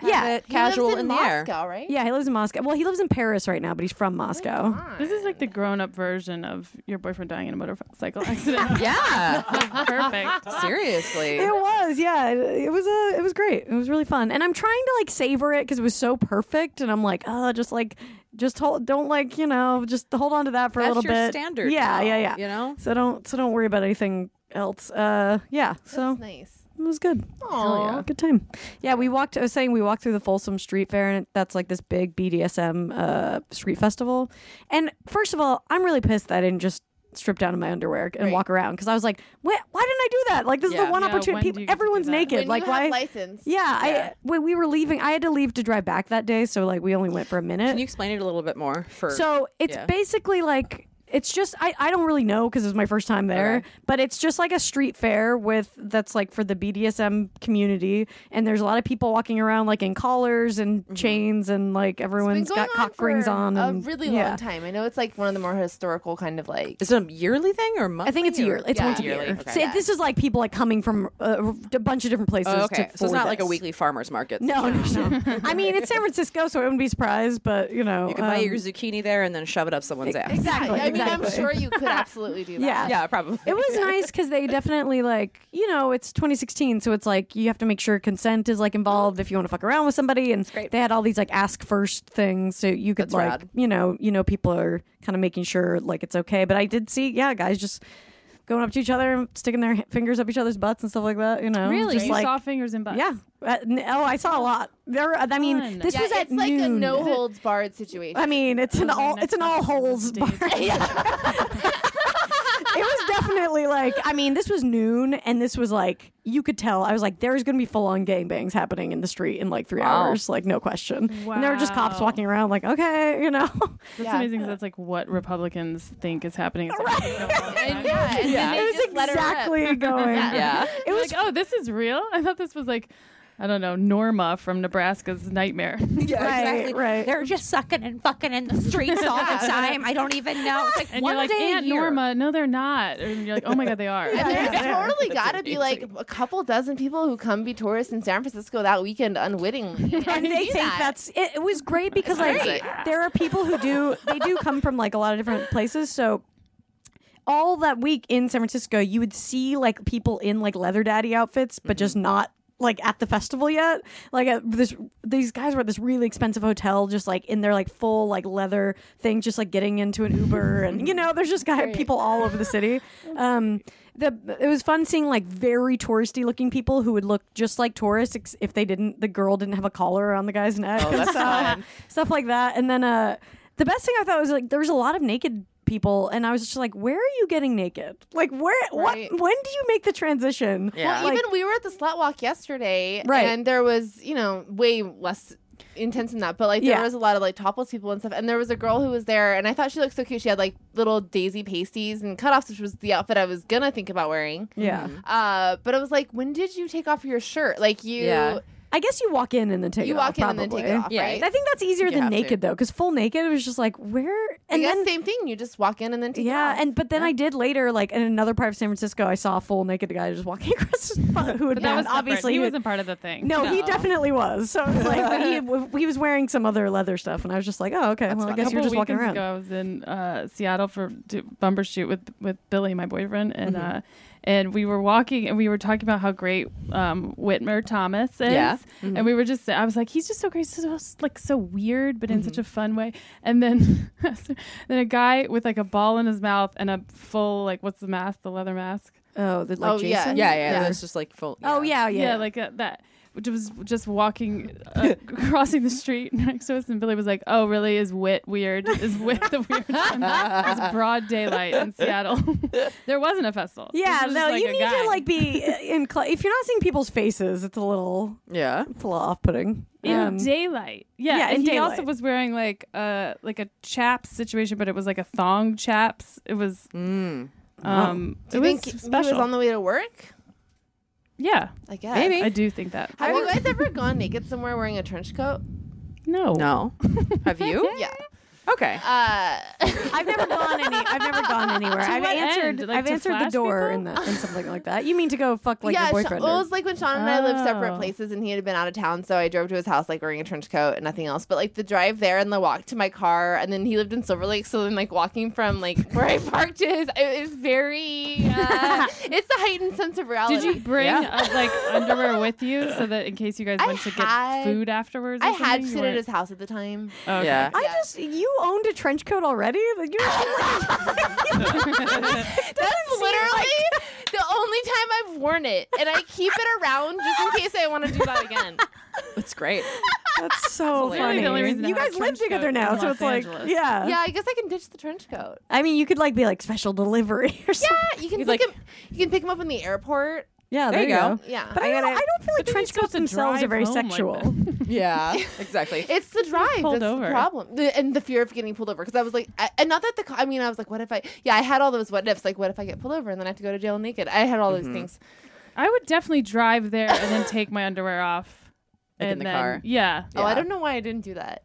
S2: have
S1: Yeah.
S2: it
S3: He lives
S2: casual
S3: in,
S2: in, the air.
S3: Moscow, right?
S1: yeah, he lives in Moscow. Well, he lives in Paris right now, but he's from
S2: Oh,
S1: Moscow.
S5: This is like the grown-up version of your boyfriend dying in a motorcycle accident.
S2: Yeah,
S5: Perfect.
S2: seriously.
S1: It was, yeah. It, it was a, it was great. It was really fun, and I'm trying to like savor it because it was so perfect, and I'm like, oh, just like, just hold, don't like, you know, just hold on to that for
S2: That's
S1: a little
S2: your
S1: bit.
S2: standard.
S1: Yeah,
S2: now,
S1: yeah, yeah.
S2: You know,
S1: So don't so don't worry about anything else. Uh, yeah. So
S3: That's nice.
S1: it was good.
S3: Aw.
S2: yeah.
S1: Good time. Yeah, we walked. I was saying we walked through the Folsom Street Fair, and that's like this big BDSM uh, street festival. And first of all, I'm really pissed that I didn't just strip down in my underwear and
S3: Right.
S1: walk around because I was like, why, why didn't I do that? Like this is
S2: Yeah.
S1: the one
S5: Yeah, when
S1: opportunity.
S5: do you
S1: People,
S5: get to do
S1: everyone's
S5: that?
S1: naked.
S3: When
S1: like
S3: you
S1: why?
S3: have license.
S1: yeah, I when we were leaving, I had to leave to drive back that day, so like we only went for a minute.
S2: can you explain it a little bit more? For
S1: So it's
S2: Yeah.
S1: basically like it's just I, I don't really know because it was my first time there, but it's just like a street fair with that's like for the BDSM community, and there's a lot of people walking around like in collars and
S2: Mm-hmm.
S1: chains, and like everyone's got cock rings
S3: for
S1: on.
S3: a
S1: and-
S3: really
S1: yeah.
S3: long time. I know it's like one of the more historical kind of like.
S2: Is it a yearly thing or monthly?
S1: I think it's a
S2: or-
S1: year. It's
S3: yeah.
S1: once a year.
S2: Yearly, okay.
S1: So this is like people like coming from uh, a bunch of different places.
S2: Oh, okay.
S1: to,
S2: So it's
S1: for
S2: not like a
S1: this.
S2: weekly farmer's market.
S1: No, no, no. I mean, it's San Francisco, so I wouldn't be surprised, but you know,
S2: You could buy
S1: um,
S2: your zucchini there and then shove it up someone's ass.
S1: exactly.
S3: I mean,
S1: exactly.
S3: I'm sure you could absolutely do that.
S1: Yeah.
S2: Yeah, probably.
S1: It was nice because they definitely like you know it's 2016, so it's like you have to make sure consent is like involved if you want to fuck around with somebody, and
S2: great.
S1: they had all these like ask first things, so you could
S2: That's
S1: like
S2: rad.
S1: you know you know people are kind of making sure like it's okay. But I did see yeah guys just going up to each other and sticking their h- fingers up each other's butts and stuff like that. You know,
S5: Really,
S1: Just,
S5: you
S1: like,
S5: saw fingers and butts.
S1: yeah. Uh, n- oh, I saw a lot. There, I mean,
S5: Fun.
S1: this
S3: Yeah,
S1: was at
S3: it's like a
S1: noon.
S3: no holds barred situation.
S1: I mean, it's an
S5: Okay,
S1: all
S5: next
S1: it's an all
S5: question
S1: holes
S5: is
S1: bar.
S5: Dave.
S1: it was definitely like I mean, this was noon, and this was like you could tell. I was like, there's gonna be full on gangbangs happening in the street in like three
S2: Wow.
S1: hours, like no question. And there were just cops
S5: Wow.
S1: walking around, like okay, you know.
S5: That's
S3: Yeah.
S5: amazing. 'cause That's like what Republicans think is happening. It's like,
S3: And yeah, and
S2: Yeah.
S3: Then they
S1: it
S3: just
S1: was
S3: let her rip.
S1: exactly going.
S2: Yeah.
S1: It was
S5: like, oh, this is real. I thought this was like, I don't know, Norma from Nebraska's Nightmare.
S2: Yeah,
S1: right,
S2: exactly.
S1: right.
S6: They're just sucking and fucking in the streets all the time. I don't even know. It's like
S5: And
S6: one
S5: you're like,
S6: day a
S5: Aunt
S6: year.
S5: Norma, no, they're not. And you're like, oh my god, they are.
S3: I mean, there's
S1: Yeah.
S3: totally
S2: That's
S3: got to be like
S2: amazing.
S3: a couple dozen people who come be tourists in San Francisco that weekend unwittingly.
S1: and they think
S6: that.
S1: that's it, it was great because like there are people who do they do come from like a lot of different places so all that week in San Francisco you would see like people in like leather daddy outfits but just not like at the festival yet like at this these guys were at this really expensive hotel just like in their like full like leather thing just like getting into an uber and you know there's just guy people all over the city um the it was fun seeing like very touristy looking people who would look just like tourists ex- if they didn't the girl didn't have a collar around the guy's neck
S2: Oh, that's fun.
S1: stuff like that. And then uh, the best thing I thought was like there was a lot of naked people, and I was just like, where are you getting naked? Like where?
S3: Right.
S1: What? When do you make the transition?
S2: Yeah.
S1: Like,
S3: Even we were at the slut walk yesterday,
S1: Right.
S3: And there was, you know, way less intense than that, but like there
S1: Yeah.
S3: was a lot of like topless people and stuff. And there was a girl who was there, and I thought she looked so cute. She had like little daisy pasties and cutoffs, which was the outfit I was gonna think about wearing.
S1: yeah.
S3: Uh, but it was like, when did you take off your shirt? Like you,
S2: Yeah.
S1: I guess you walk in and then take
S3: you
S1: it
S3: walk
S1: off,
S3: in and then take it
S1: probably.
S3: off,
S2: Yeah.
S3: right?
S1: I think that's easier
S2: You
S1: than
S2: have to.
S1: naked though, because full naked it was just like where
S3: and
S1: and then
S3: same thing. You just walk in and then take
S1: yeah,
S3: it off.
S1: and but then I did later, like in another part of San Francisco, I saw a full naked guy just walking across the spot who had
S5: But that
S1: been-
S5: was separate.
S1: obviously
S5: he
S1: who-
S5: wasn't part of the thing.
S1: No, he definitely was. So it was like but he, w- he was wearing some other leather stuff, and I was just like, oh okay, well I
S5: A
S1: guess you're
S5: couple
S1: just walking
S5: weekends
S1: around.
S5: Ago, I was in uh, Seattle for to bumper shoot with with Billy, my boyfriend, and
S1: Mm-hmm.
S5: uh, and we were walking and we were talking about how great um, Whitmer Thomas is.
S2: Yeah.
S5: And we were just, I was like, he's just so great, so like so weird, but in
S1: Mm-hmm.
S5: such a fun way. And then then a guy with like a ball in his mouth and a full like what's the mask, the leather mask.
S1: Oh, the, like
S3: Oh, yeah.
S1: Jason?
S2: Yeah, yeah. That's just like full.
S1: Oh yeah, yeah.
S5: yeah, like uh, that. Which was just walking, uh, crossing the street next to us, and Billy was like, "Oh, really? Is wit weird? Is wit the weird one? It's broad daylight in Seattle. there wasn't a festival.
S1: yeah,
S5: This was
S1: no,
S5: just,
S1: you
S5: a
S1: need
S5: guy.
S1: to like be in. Cl- if you're not seeing people's faces, it's a little,
S2: Yeah.
S1: it's a little off-putting.
S5: in
S1: Um,
S5: daylight. Yeah,
S1: yeah, in
S5: and he
S1: daylight.
S5: also was wearing like a like a chaps situation, but it was like a thong chaps. It was
S2: Mm.
S1: Oh.
S5: um,
S3: Do you
S5: it was
S3: think
S5: special.
S3: he was on the way to work?
S5: yeah,
S3: I guess
S2: Maybe.
S5: I do think that.
S3: Have you guys ever gone naked somewhere wearing a trench coat?
S5: No,
S2: No. Have you?
S3: Yeah.
S2: Okay.
S3: Uh,
S1: I've never gone any. I've never gone anywhere. I've
S5: what
S1: answered.
S5: end? Like,
S1: I've
S5: to
S1: answered the
S5: flash
S1: door
S5: people?
S1: in that in something like that. You mean to go fuck like
S3: yeah,
S1: your
S3: Sha-
S1: boyfriend?
S3: well,
S1: or-
S3: it was like when Sean and I lived separate
S5: Oh.
S3: places, and he had been out of town, so I drove to his house like wearing a trench coat and nothing else. But like the drive there and the walk to my car, and then he lived in Silver Lake, so then like walking from like where I parked is it is very uh, it's a heightened sense of reality.
S5: Did you bring
S2: Yeah.
S5: uh, like underwear with you so that in case you guys
S3: I
S5: went to
S3: had-
S5: get food afterwards? Or
S3: I had
S5: something, you
S3: shit at
S5: weren't-
S3: his house at the time.
S5: Oh, okay.
S2: Yeah.
S1: I
S3: yeah.
S1: just you owned a trench coat already. Like, you
S3: That's literally the only time I've worn it, and I keep it around just in case I want to do that again.
S2: That's great.
S1: that's so funny.
S2: That's literally the
S5: only reason I
S1: you
S5: have a
S1: guys live
S5: trench
S1: together
S5: coat
S1: now,
S5: in
S1: so
S5: Los
S1: it's like
S5: Angeles.
S1: yeah.
S3: Yeah, I guess I can ditch the trench coat.
S1: I mean, you could like be like special delivery or something.
S3: Yeah, you can
S2: You'd
S3: pick
S2: like-
S3: him. You can pick him up in the airport.
S1: Yeah, there,
S2: you go.
S3: Yeah.
S1: But I, don't, I don't feel like
S5: But then
S1: trench
S5: you're supposed
S1: coats
S5: to
S1: themselves are
S5: drive
S1: very
S5: home like
S1: sexual.
S5: that.
S2: Yeah, exactly.
S3: It's the drive
S5: pulled
S3: that's
S5: over.
S3: the problem, the, and the fear of getting pulled over. Because I was like, I, and not that the, co- I mean, I was like, what if I? Yeah, I had all those what ifs. Like, what if I get pulled over and then I have to go to jail naked? I had all those things.
S5: I would definitely drive there and then take my underwear off.
S2: Like in
S5: and
S2: the
S5: then,
S2: car.
S5: Yeah.
S3: Oh,
S2: Yeah.
S3: I don't know why I didn't do that.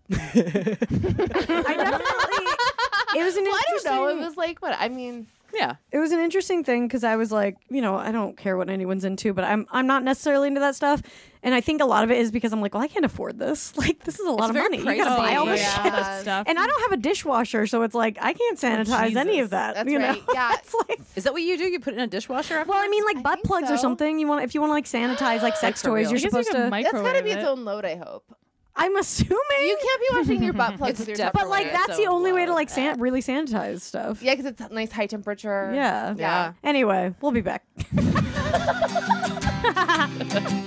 S1: I definitely. It was an
S3: Well, I don't
S1: interesting.
S3: know. It was like what I mean.
S2: yeah.
S1: it was an interesting thing because I was like, you know, I don't care what anyone's into, but I'm I'm not necessarily into that stuff. And I think a lot of it is because I'm like, well, I can't afford this. Like, this is a lot of
S2: very
S1: money. You gotta
S2: pricey.
S1: buy all this
S3: Yeah.
S1: shit.
S3: Yes.
S5: Oh, Stuff.
S1: And I don't have a dishwasher, so it's like I can't sanitize any
S5: Jesus.
S1: of that.
S3: Oh, That's
S1: you know?
S3: right. Yeah.
S1: it's like
S2: Is that what you do? You put it in a dishwasher? After?
S1: well, I mean, like
S3: I
S1: butt
S3: think
S1: plugs or
S3: so.
S1: something. You want if you want to like sanitize like sex
S2: for
S1: toys, you're
S2: real.
S5: I guess you
S1: supposed
S5: could
S1: to.
S3: That's
S5: microwave
S3: gotta be its
S5: it.
S3: own load. I hope
S1: I'm assuming,
S3: you can't be washing your butt plugs.
S2: It's
S3: with your
S2: def-
S1: but like
S2: Tupperware,
S1: that's
S2: so
S1: the only way to
S2: loud.
S1: like san- really sanitize stuff.
S3: yeah, because it's a nice high temperature.
S1: Yeah.
S2: Yeah.
S1: Anyway, we'll be back.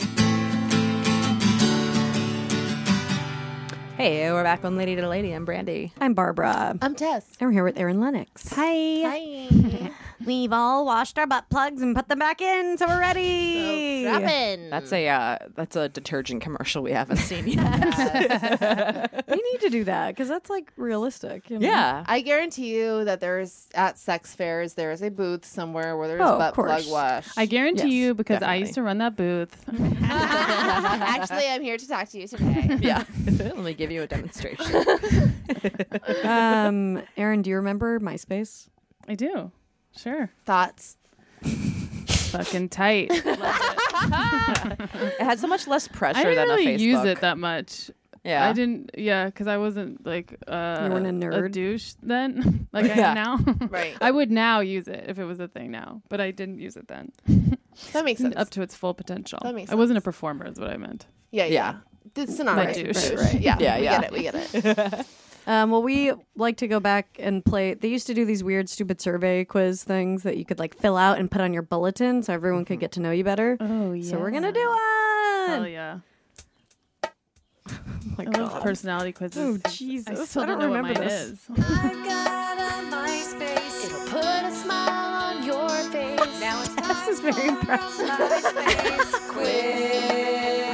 S2: hey, we're back on Lady to Lady. I'm Brandy.
S1: I'm Barbara.
S3: I'm Um, Tess.
S1: And we're here with Erin Lennox. Hi.
S3: Hi. Oh,
S1: We've all washed our butt plugs and put them back in, so we're ready.
S3: Robin.
S2: That's a uh, that's a detergent commercial we haven't seen yet.
S1: we need to do that because that's like realistic. you know?
S2: yeah.
S3: I guarantee you that there's at sex fairs there is a booth somewhere where there's
S1: Oh, of
S3: butt plug
S1: course.
S3: wash.
S5: I guarantee
S2: Yes,
S5: you because I
S2: definitely.
S5: used to run that booth.
S3: Actually, I'm here to talk to you today.
S2: Yeah. Let me give you a demonstration.
S1: Um, Erin, do you remember MySpace?
S5: I do. Sure.
S3: Thoughts?
S5: Fucking tight.
S2: It had so much less pressure
S5: I
S2: than
S5: didn't
S2: a Facebook.
S5: really use it that much.
S2: yeah.
S5: I didn't. Yeah, because I wasn't like uh,
S1: You weren't a nerd?
S5: douche then, like I
S2: Yeah.
S5: am now.
S3: Right.
S5: I would now use it if it was a thing now, but I didn't use it then.
S3: That makes sense.
S5: Up to its full potential.
S3: That makes
S5: I wasn't a performer, is what I meant.
S3: yeah,
S2: Yeah.
S3: yeah. It's synonymous.
S5: Right,
S3: Right,
S5: douche.
S3: right, Yeah,
S2: Yeah,
S3: we
S2: yeah.
S3: get it. We get it.
S1: Um, well, we like to go back and play. They used to do these weird, stupid survey quiz things that you could like fill out and put on your bulletin so everyone could get to know you better.
S5: Oh yeah.
S1: So we're going to do one.
S5: Hell yeah.
S1: Oh, my
S5: I love
S1: God.
S5: personality quizzes.
S1: Oh,
S5: I
S1: Jesus.
S5: still
S1: I
S5: don't,
S1: don't
S5: know
S1: remember
S5: what mine
S1: this.
S5: is.
S1: This is very impressive.
S5: Is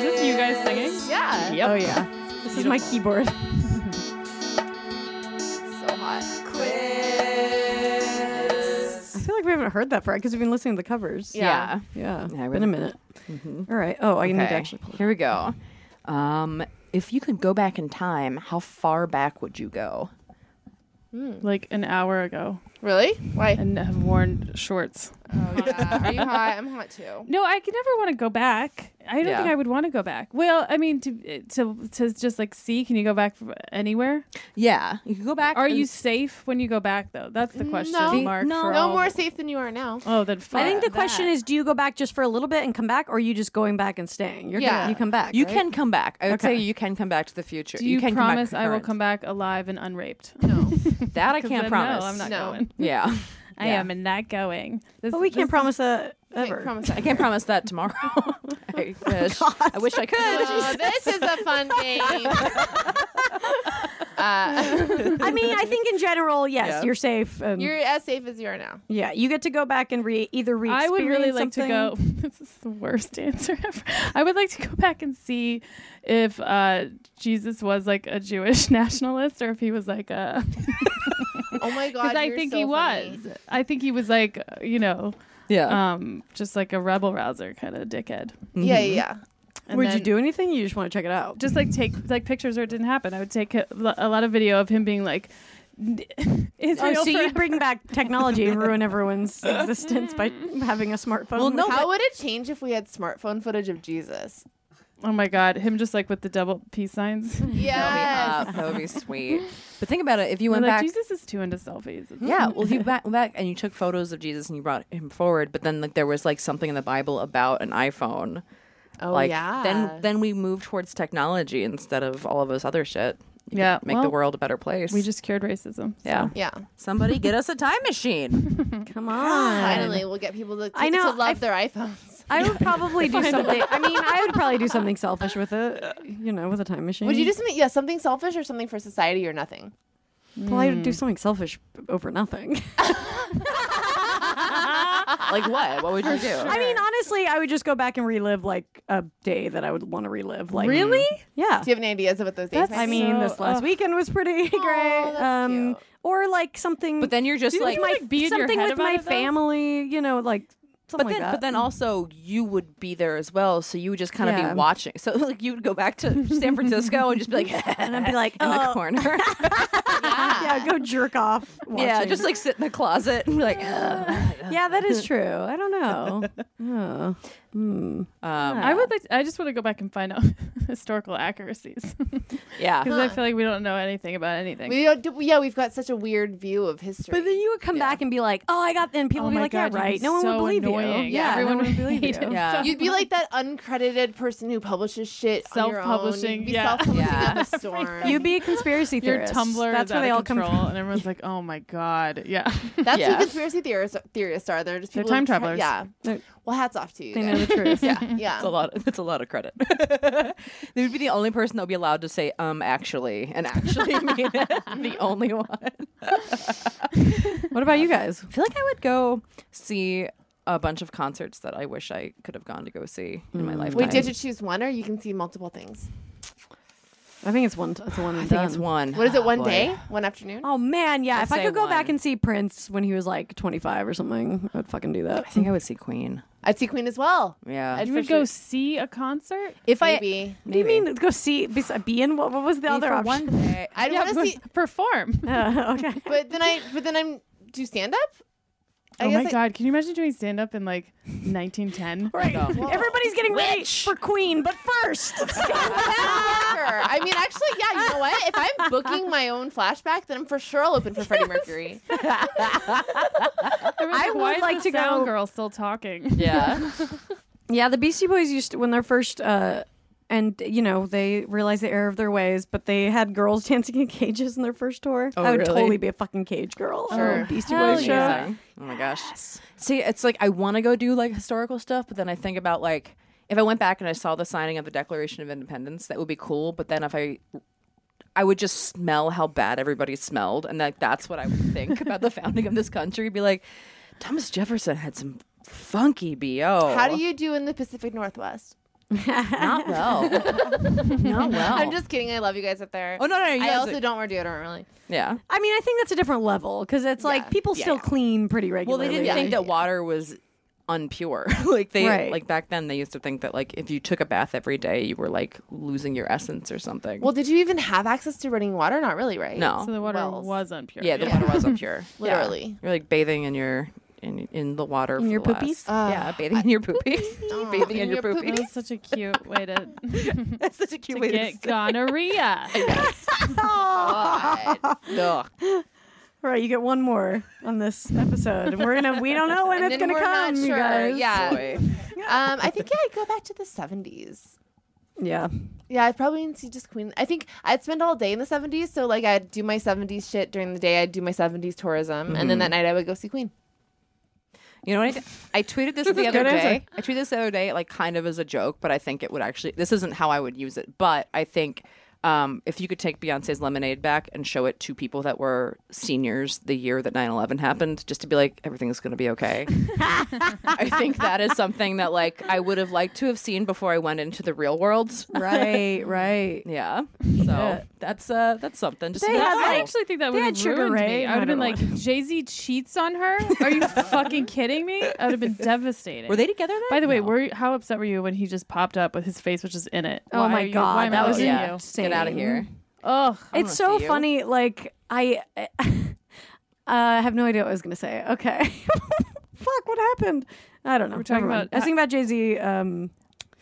S5: this you guys singing?
S3: Yeah.
S1: Oh, yeah. This is my keyboard.
S3: So hot.
S1: I feel like we haven't heard that part because we've been listening to the covers.
S2: yeah.
S1: Yeah.
S2: Yeah, I
S1: been
S2: really-
S1: a minute. All right. Oh, I need to
S2: Okay,
S1: actually pull it.
S2: Here we go. Um, if you could go back in time, how far back would you go?
S5: Oh, Like an hour ago,
S3: Really? Why?
S5: and have worn shorts.
S3: Oh, yeah. Are you hot? I'm hot too.
S5: No, I could never want to go back. I don't
S2: Yeah.
S5: think I would want to go back. Well, I mean, to eh, to to just like see, can you go back f- anywhere?
S2: Yeah, you could go back.
S5: Are
S2: and-
S5: you safe when you go back though? That's the question
S3: no.
S5: mark.
S1: No.
S5: for
S3: No
S5: all-
S3: more safe than you are now.
S5: Oh, then fuck
S1: I think the question
S5: that.
S1: is: Do you go back just for a little bit and come back, or are you just going back and staying? You're
S3: Yeah.
S1: gonna, you come back.
S2: You
S1: right?
S2: can come back. I would
S1: Okay.
S2: say you can come back to the future.
S5: Do you,
S2: can
S5: promise
S2: come back
S5: I will
S2: current.
S5: come back alive and unraped?
S3: No.
S2: That I
S5: 'Cause
S2: can't
S5: then
S2: promise.
S5: No, I'm not
S3: No.
S5: going.
S2: Yeah,
S5: I
S2: Yeah.
S5: am not going. This,
S1: but we can't promise that ever.
S3: Can't promise that.
S2: I can't promise that tomorrow. I wish. I wish I could.
S3: Oh, this is a fun game. uh,
S1: I mean, I think in general, yes,
S2: Yeah.
S1: you're safe. And
S3: you're as safe as you are now.
S1: yeah, you get to go back and re either re.
S5: I would really like to go. This is the worst answer ever. I would like to go back and see if uh, Jesus was like a Jewish nationalist or if he was like a.
S3: Oh my god.
S5: Because I
S3: you're
S5: think
S3: so
S5: he
S3: funny.
S5: was. I think he was like, uh, you know,
S2: Yeah.
S5: um, just like a rebel rouser kind of dickhead.
S3: Yeah,
S2: Mm-hmm.
S3: yeah, yeah.
S5: And
S1: Would you
S5: then
S1: do anything? You just want to check it out.
S5: Just like take like pictures or it didn't happen. I would take a lo- a lot of video of him being like,
S1: Oh, so
S5: Israel
S1: you
S5: forever."
S1: oh, bring back technology and ruin everyone's existence by having a smartphone.
S2: Well, no,
S3: How would it change if we had smartphone footage of Jesus?
S5: Oh my god, him just like with the double peace signs.
S3: Yes.
S2: That would be, uh, that would be sweet. But think about it. If you went
S5: like,
S2: back,
S5: Jesus is too into selfies. It's-
S2: yeah. Well, if you back, went back and you took photos of Jesus and you brought him forward, but then like there was like something in the Bible about an iPhone.
S3: Oh
S2: like
S3: yeah.
S2: then then we move towards technology instead of all of this other shit. You could
S5: Yeah,
S2: make the
S5: well,
S2: world a better place.
S5: We just cured racism. so.
S2: yeah.
S3: yeah.
S2: Somebody get us a time machine.
S1: come on.
S3: Finally, we'll get people to,
S1: I
S3: to
S1: know,
S3: love their iPhones.
S1: I would probably do something. I mean, I would probably do something selfish with it. You know, with a time machine.
S3: Would you do something? Yeah, something selfish or something for society or nothing.
S2: Hmm.
S1: Well, I would do something selfish over nothing.
S2: like what? What would you do?
S1: I mean, honestly, I would just go back and relive like a day that I would want to relive. Like
S5: Really?
S1: Yeah.
S3: Do you have any ideas of what those days?
S5: That's-
S1: I mean,
S5: So,
S1: this last
S5: ugh.
S1: weekend was pretty great.
S3: that's
S1: um,
S3: cute.
S1: or like something.
S2: but then you're just
S5: You
S2: like,
S5: can,
S1: my
S5: like, be in your
S1: something
S5: head
S1: with
S5: about
S1: my
S5: it, though?
S1: family. You know, like something
S2: but
S1: like
S2: then,
S1: that.
S2: but then also you would be there as well, so you would just kind of
S1: Yeah.
S2: be watching. So like you would go back to San Francisco and just be like, and
S1: I'd be like,
S2: in the
S1: "Oh."
S2: corner,
S1: yeah, go jerk off.
S2: yeah,
S1: watching.
S2: just like sit in the closet Um, and be like, "Ugh."
S1: yeah, that is true. I don't know. Oh. Hmm.
S2: um,
S5: I would like. I just want to go back and find out historical accuracies because
S2: yeah.
S5: I feel like we don't know anything about anything.
S3: we don't, do- yeah, we've got such a weird view of history.
S1: But then you would come back and be like, "Oh, I got." And people would
S5: Oh
S1: be
S5: my
S1: like,
S5: God,
S1: "Yeah,
S5: you'd be
S1: right." No one
S5: so
S1: would believe you.
S5: annoying.
S1: Yeah,
S5: Everyone
S1: no one
S5: would
S1: believe
S5: hate
S1: you.
S5: it.
S2: Yeah.
S3: You'd be like that uncredited person who publishes shit. on your own.
S5: Self-publishing,
S3: You'd be
S5: yeah.
S3: self-publishing
S2: Yeah.
S3: up a storm.
S1: You'd be a conspiracy
S5: your
S1: theorist.
S5: Tumblr
S1: That's
S5: is
S1: where
S5: out
S1: they
S5: of
S1: all
S5: control,
S1: come from.
S5: and everyone's like, "Oh my god, yeah."
S3: That's
S2: Yeah.
S3: who conspiracy theorists, theorists are. They're just
S5: They're
S3: people
S5: time
S3: who tra-
S5: travelers.
S3: yeah.
S1: They're-
S3: Well, hats off to you.
S1: They
S3: then.
S1: know the truth.
S2: Yeah.
S3: yeah.
S2: It's a lot. It's a lot of credit. they would be the only person that would be allowed to say um actually and actually mean it. The only one.
S1: What about you guys?
S2: I feel like I would go see a bunch of concerts that I wish I could have gone to go see in
S1: Mm.
S2: my lifetime.
S3: Wait, did you choose one, or you can see multiple things?
S1: I think it's one. It's one.
S2: I think it's one.
S3: What is it?
S2: One
S3: One day, one afternoon.
S1: Oh man, yeah.
S2: Let's
S1: if I
S2: say
S1: could go back
S2: one.
S1: and see Prince when he was like 25 or something, I'd fucking do that.
S2: I think I would see Queen.
S3: I'd see Queen as well.
S2: Yeah.
S3: I'd
S5: you
S3: for
S5: would
S3: sure-
S5: go see a concert.
S2: if
S3: Maybe.
S1: What do you mean? Go see bes- be in what? What was the
S2: I
S1: other
S2: for
S1: option?
S2: one day.
S3: I would want
S5: but
S3: to see,
S5: perform.
S1: Uh, okay.
S3: but then I, but then I'm do stand up. I
S5: oh
S3: guess
S5: my
S3: I-
S5: god, can you imagine doing stand up in like 1910?
S1: Right.
S2: No.
S1: Everybody's getting ready
S2: Rich.
S1: for Queen, but first,
S3: Sure. I mean, actually, yeah. You know what? If I'm booking my own flashback, then I'm for sure I'll open for Freddie Mercury.
S5: Everyone's
S1: I would
S5: Why is
S1: like
S5: the
S1: to go-
S5: sound girl still talking.
S2: Yeah.
S1: yeah, the Beastie Boys used to, when they're first. Uh, and you know they realized the error of their ways, but they had girls dancing in cages in their first tour.
S2: Oh,
S1: I would
S2: really?
S1: totally be a fucking cage girl.
S5: Sure.
S1: Beastie
S5: Hell
S1: Boys
S5: yeah.
S1: show.
S2: Amazing. Oh my gosh. See, it's like I want to go do like historical stuff, but then I think about like if I went back and I saw the signing of the Declaration of Independence, that would be cool. But then if I I would just smell how bad everybody smelled, and like that's what I would think about the founding of this country. Be like, Thomas Jefferson had some funky bo.
S3: How do you do in the Pacific Northwest?
S2: not well? not well.
S3: I'm just kidding. I love Oh. you guys up there.
S2: Oh no no! no you
S3: I
S2: guys-
S3: also don't wear deodorant really.
S2: yeah.
S1: I mean, I think that's a different level because it's
S3: Yeah.
S1: like people
S3: Yeah,
S1: still
S3: yeah.
S1: clean pretty
S2: Well,
S1: regularly.
S2: they didn't think that water was unpure. like they
S1: Right.
S2: like back then they used to think that like if you took a bath every day, you were like losing your essence or something.
S3: Well, did you even have access to running water? Not really, right?
S2: no.
S5: So the water
S1: Oh,
S3: Wells.
S5: was unpure.
S2: yeah, the water was impure. Yeah.
S3: Literally.
S2: You're like bathing in your in in the water
S1: In
S2: for
S1: your
S2: the last-
S1: poopies?
S3: Ugh.
S2: yeah, bathing in your poopies.
S3: oh,
S2: bathing in your
S5: That
S2: poopies.
S5: was such a cute way to,
S2: That's such a cute
S5: to
S2: way
S5: get
S2: to say.
S5: gonorrhea.
S3: God.
S2: Ugh.
S1: All right, you get one more on this episode. We're gonna we don't know when
S3: And
S1: it's
S3: then
S1: gonna
S3: we're not
S1: come, you
S3: sure.
S1: guys.
S3: Yeah.
S2: Boy.
S3: Um, I think yeah, I'd go back to the 70s.
S1: Yeah.
S3: Yeah, I'd probably see just Queen. I think I'd spend all day in the 70s. So like, I'd do my 70s shit during the day. I'd do my 70s tourism, and then that night I would go see Queen.
S2: You know what? I, did? I tweeted this the other
S1: Good answer.
S2: day. I tweeted this the other day, like kind of as a joke, but I think it would actually. This isn't how I would use it, but I think um, if you could take Beyonce's Lemonade back and show it to people that were seniors the year that 9/11 happened, just to be like everything's going to be okay. I think that is something that like I would have liked to have seen before I went into the real world.
S1: Right, right.
S2: Yeah, so that's uh that's something. Just to
S1: They
S2: be like,
S1: had,
S5: I
S2: oh.
S5: actually think that
S1: They
S5: would
S1: had
S5: have
S1: Sugar
S5: ruined
S1: Ray,
S5: me. I
S1: and
S5: would have been
S1: I
S5: like,
S1: don't
S5: Jay Z cheats on her. Are you fucking kidding me? I would have been devastated.
S2: were they together? Then?
S5: By the way,
S2: No.
S5: were you, how upset were you when he just popped up with his face, which is in it?
S1: Oh
S5: Why
S1: my
S5: are you-
S1: God,
S5: why am I
S1: that was
S5: losing
S2: yeah. Get
S5: you?
S2: out of here.
S5: Ugh.
S1: It's
S2: wanna
S1: so
S2: see you.
S1: funny, like I uh, I have no idea what I was gonna say. Okay. Fuck, what happened? I don't know. We're
S5: talking about-
S1: I was thinking about Jay Z. Um,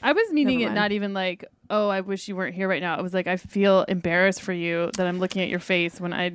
S5: I was meaning
S1: Never
S5: it
S1: mind.
S5: not even like, oh, I wish you weren't here right now. It was like, I feel embarrassed for you that I'm looking at your face when I.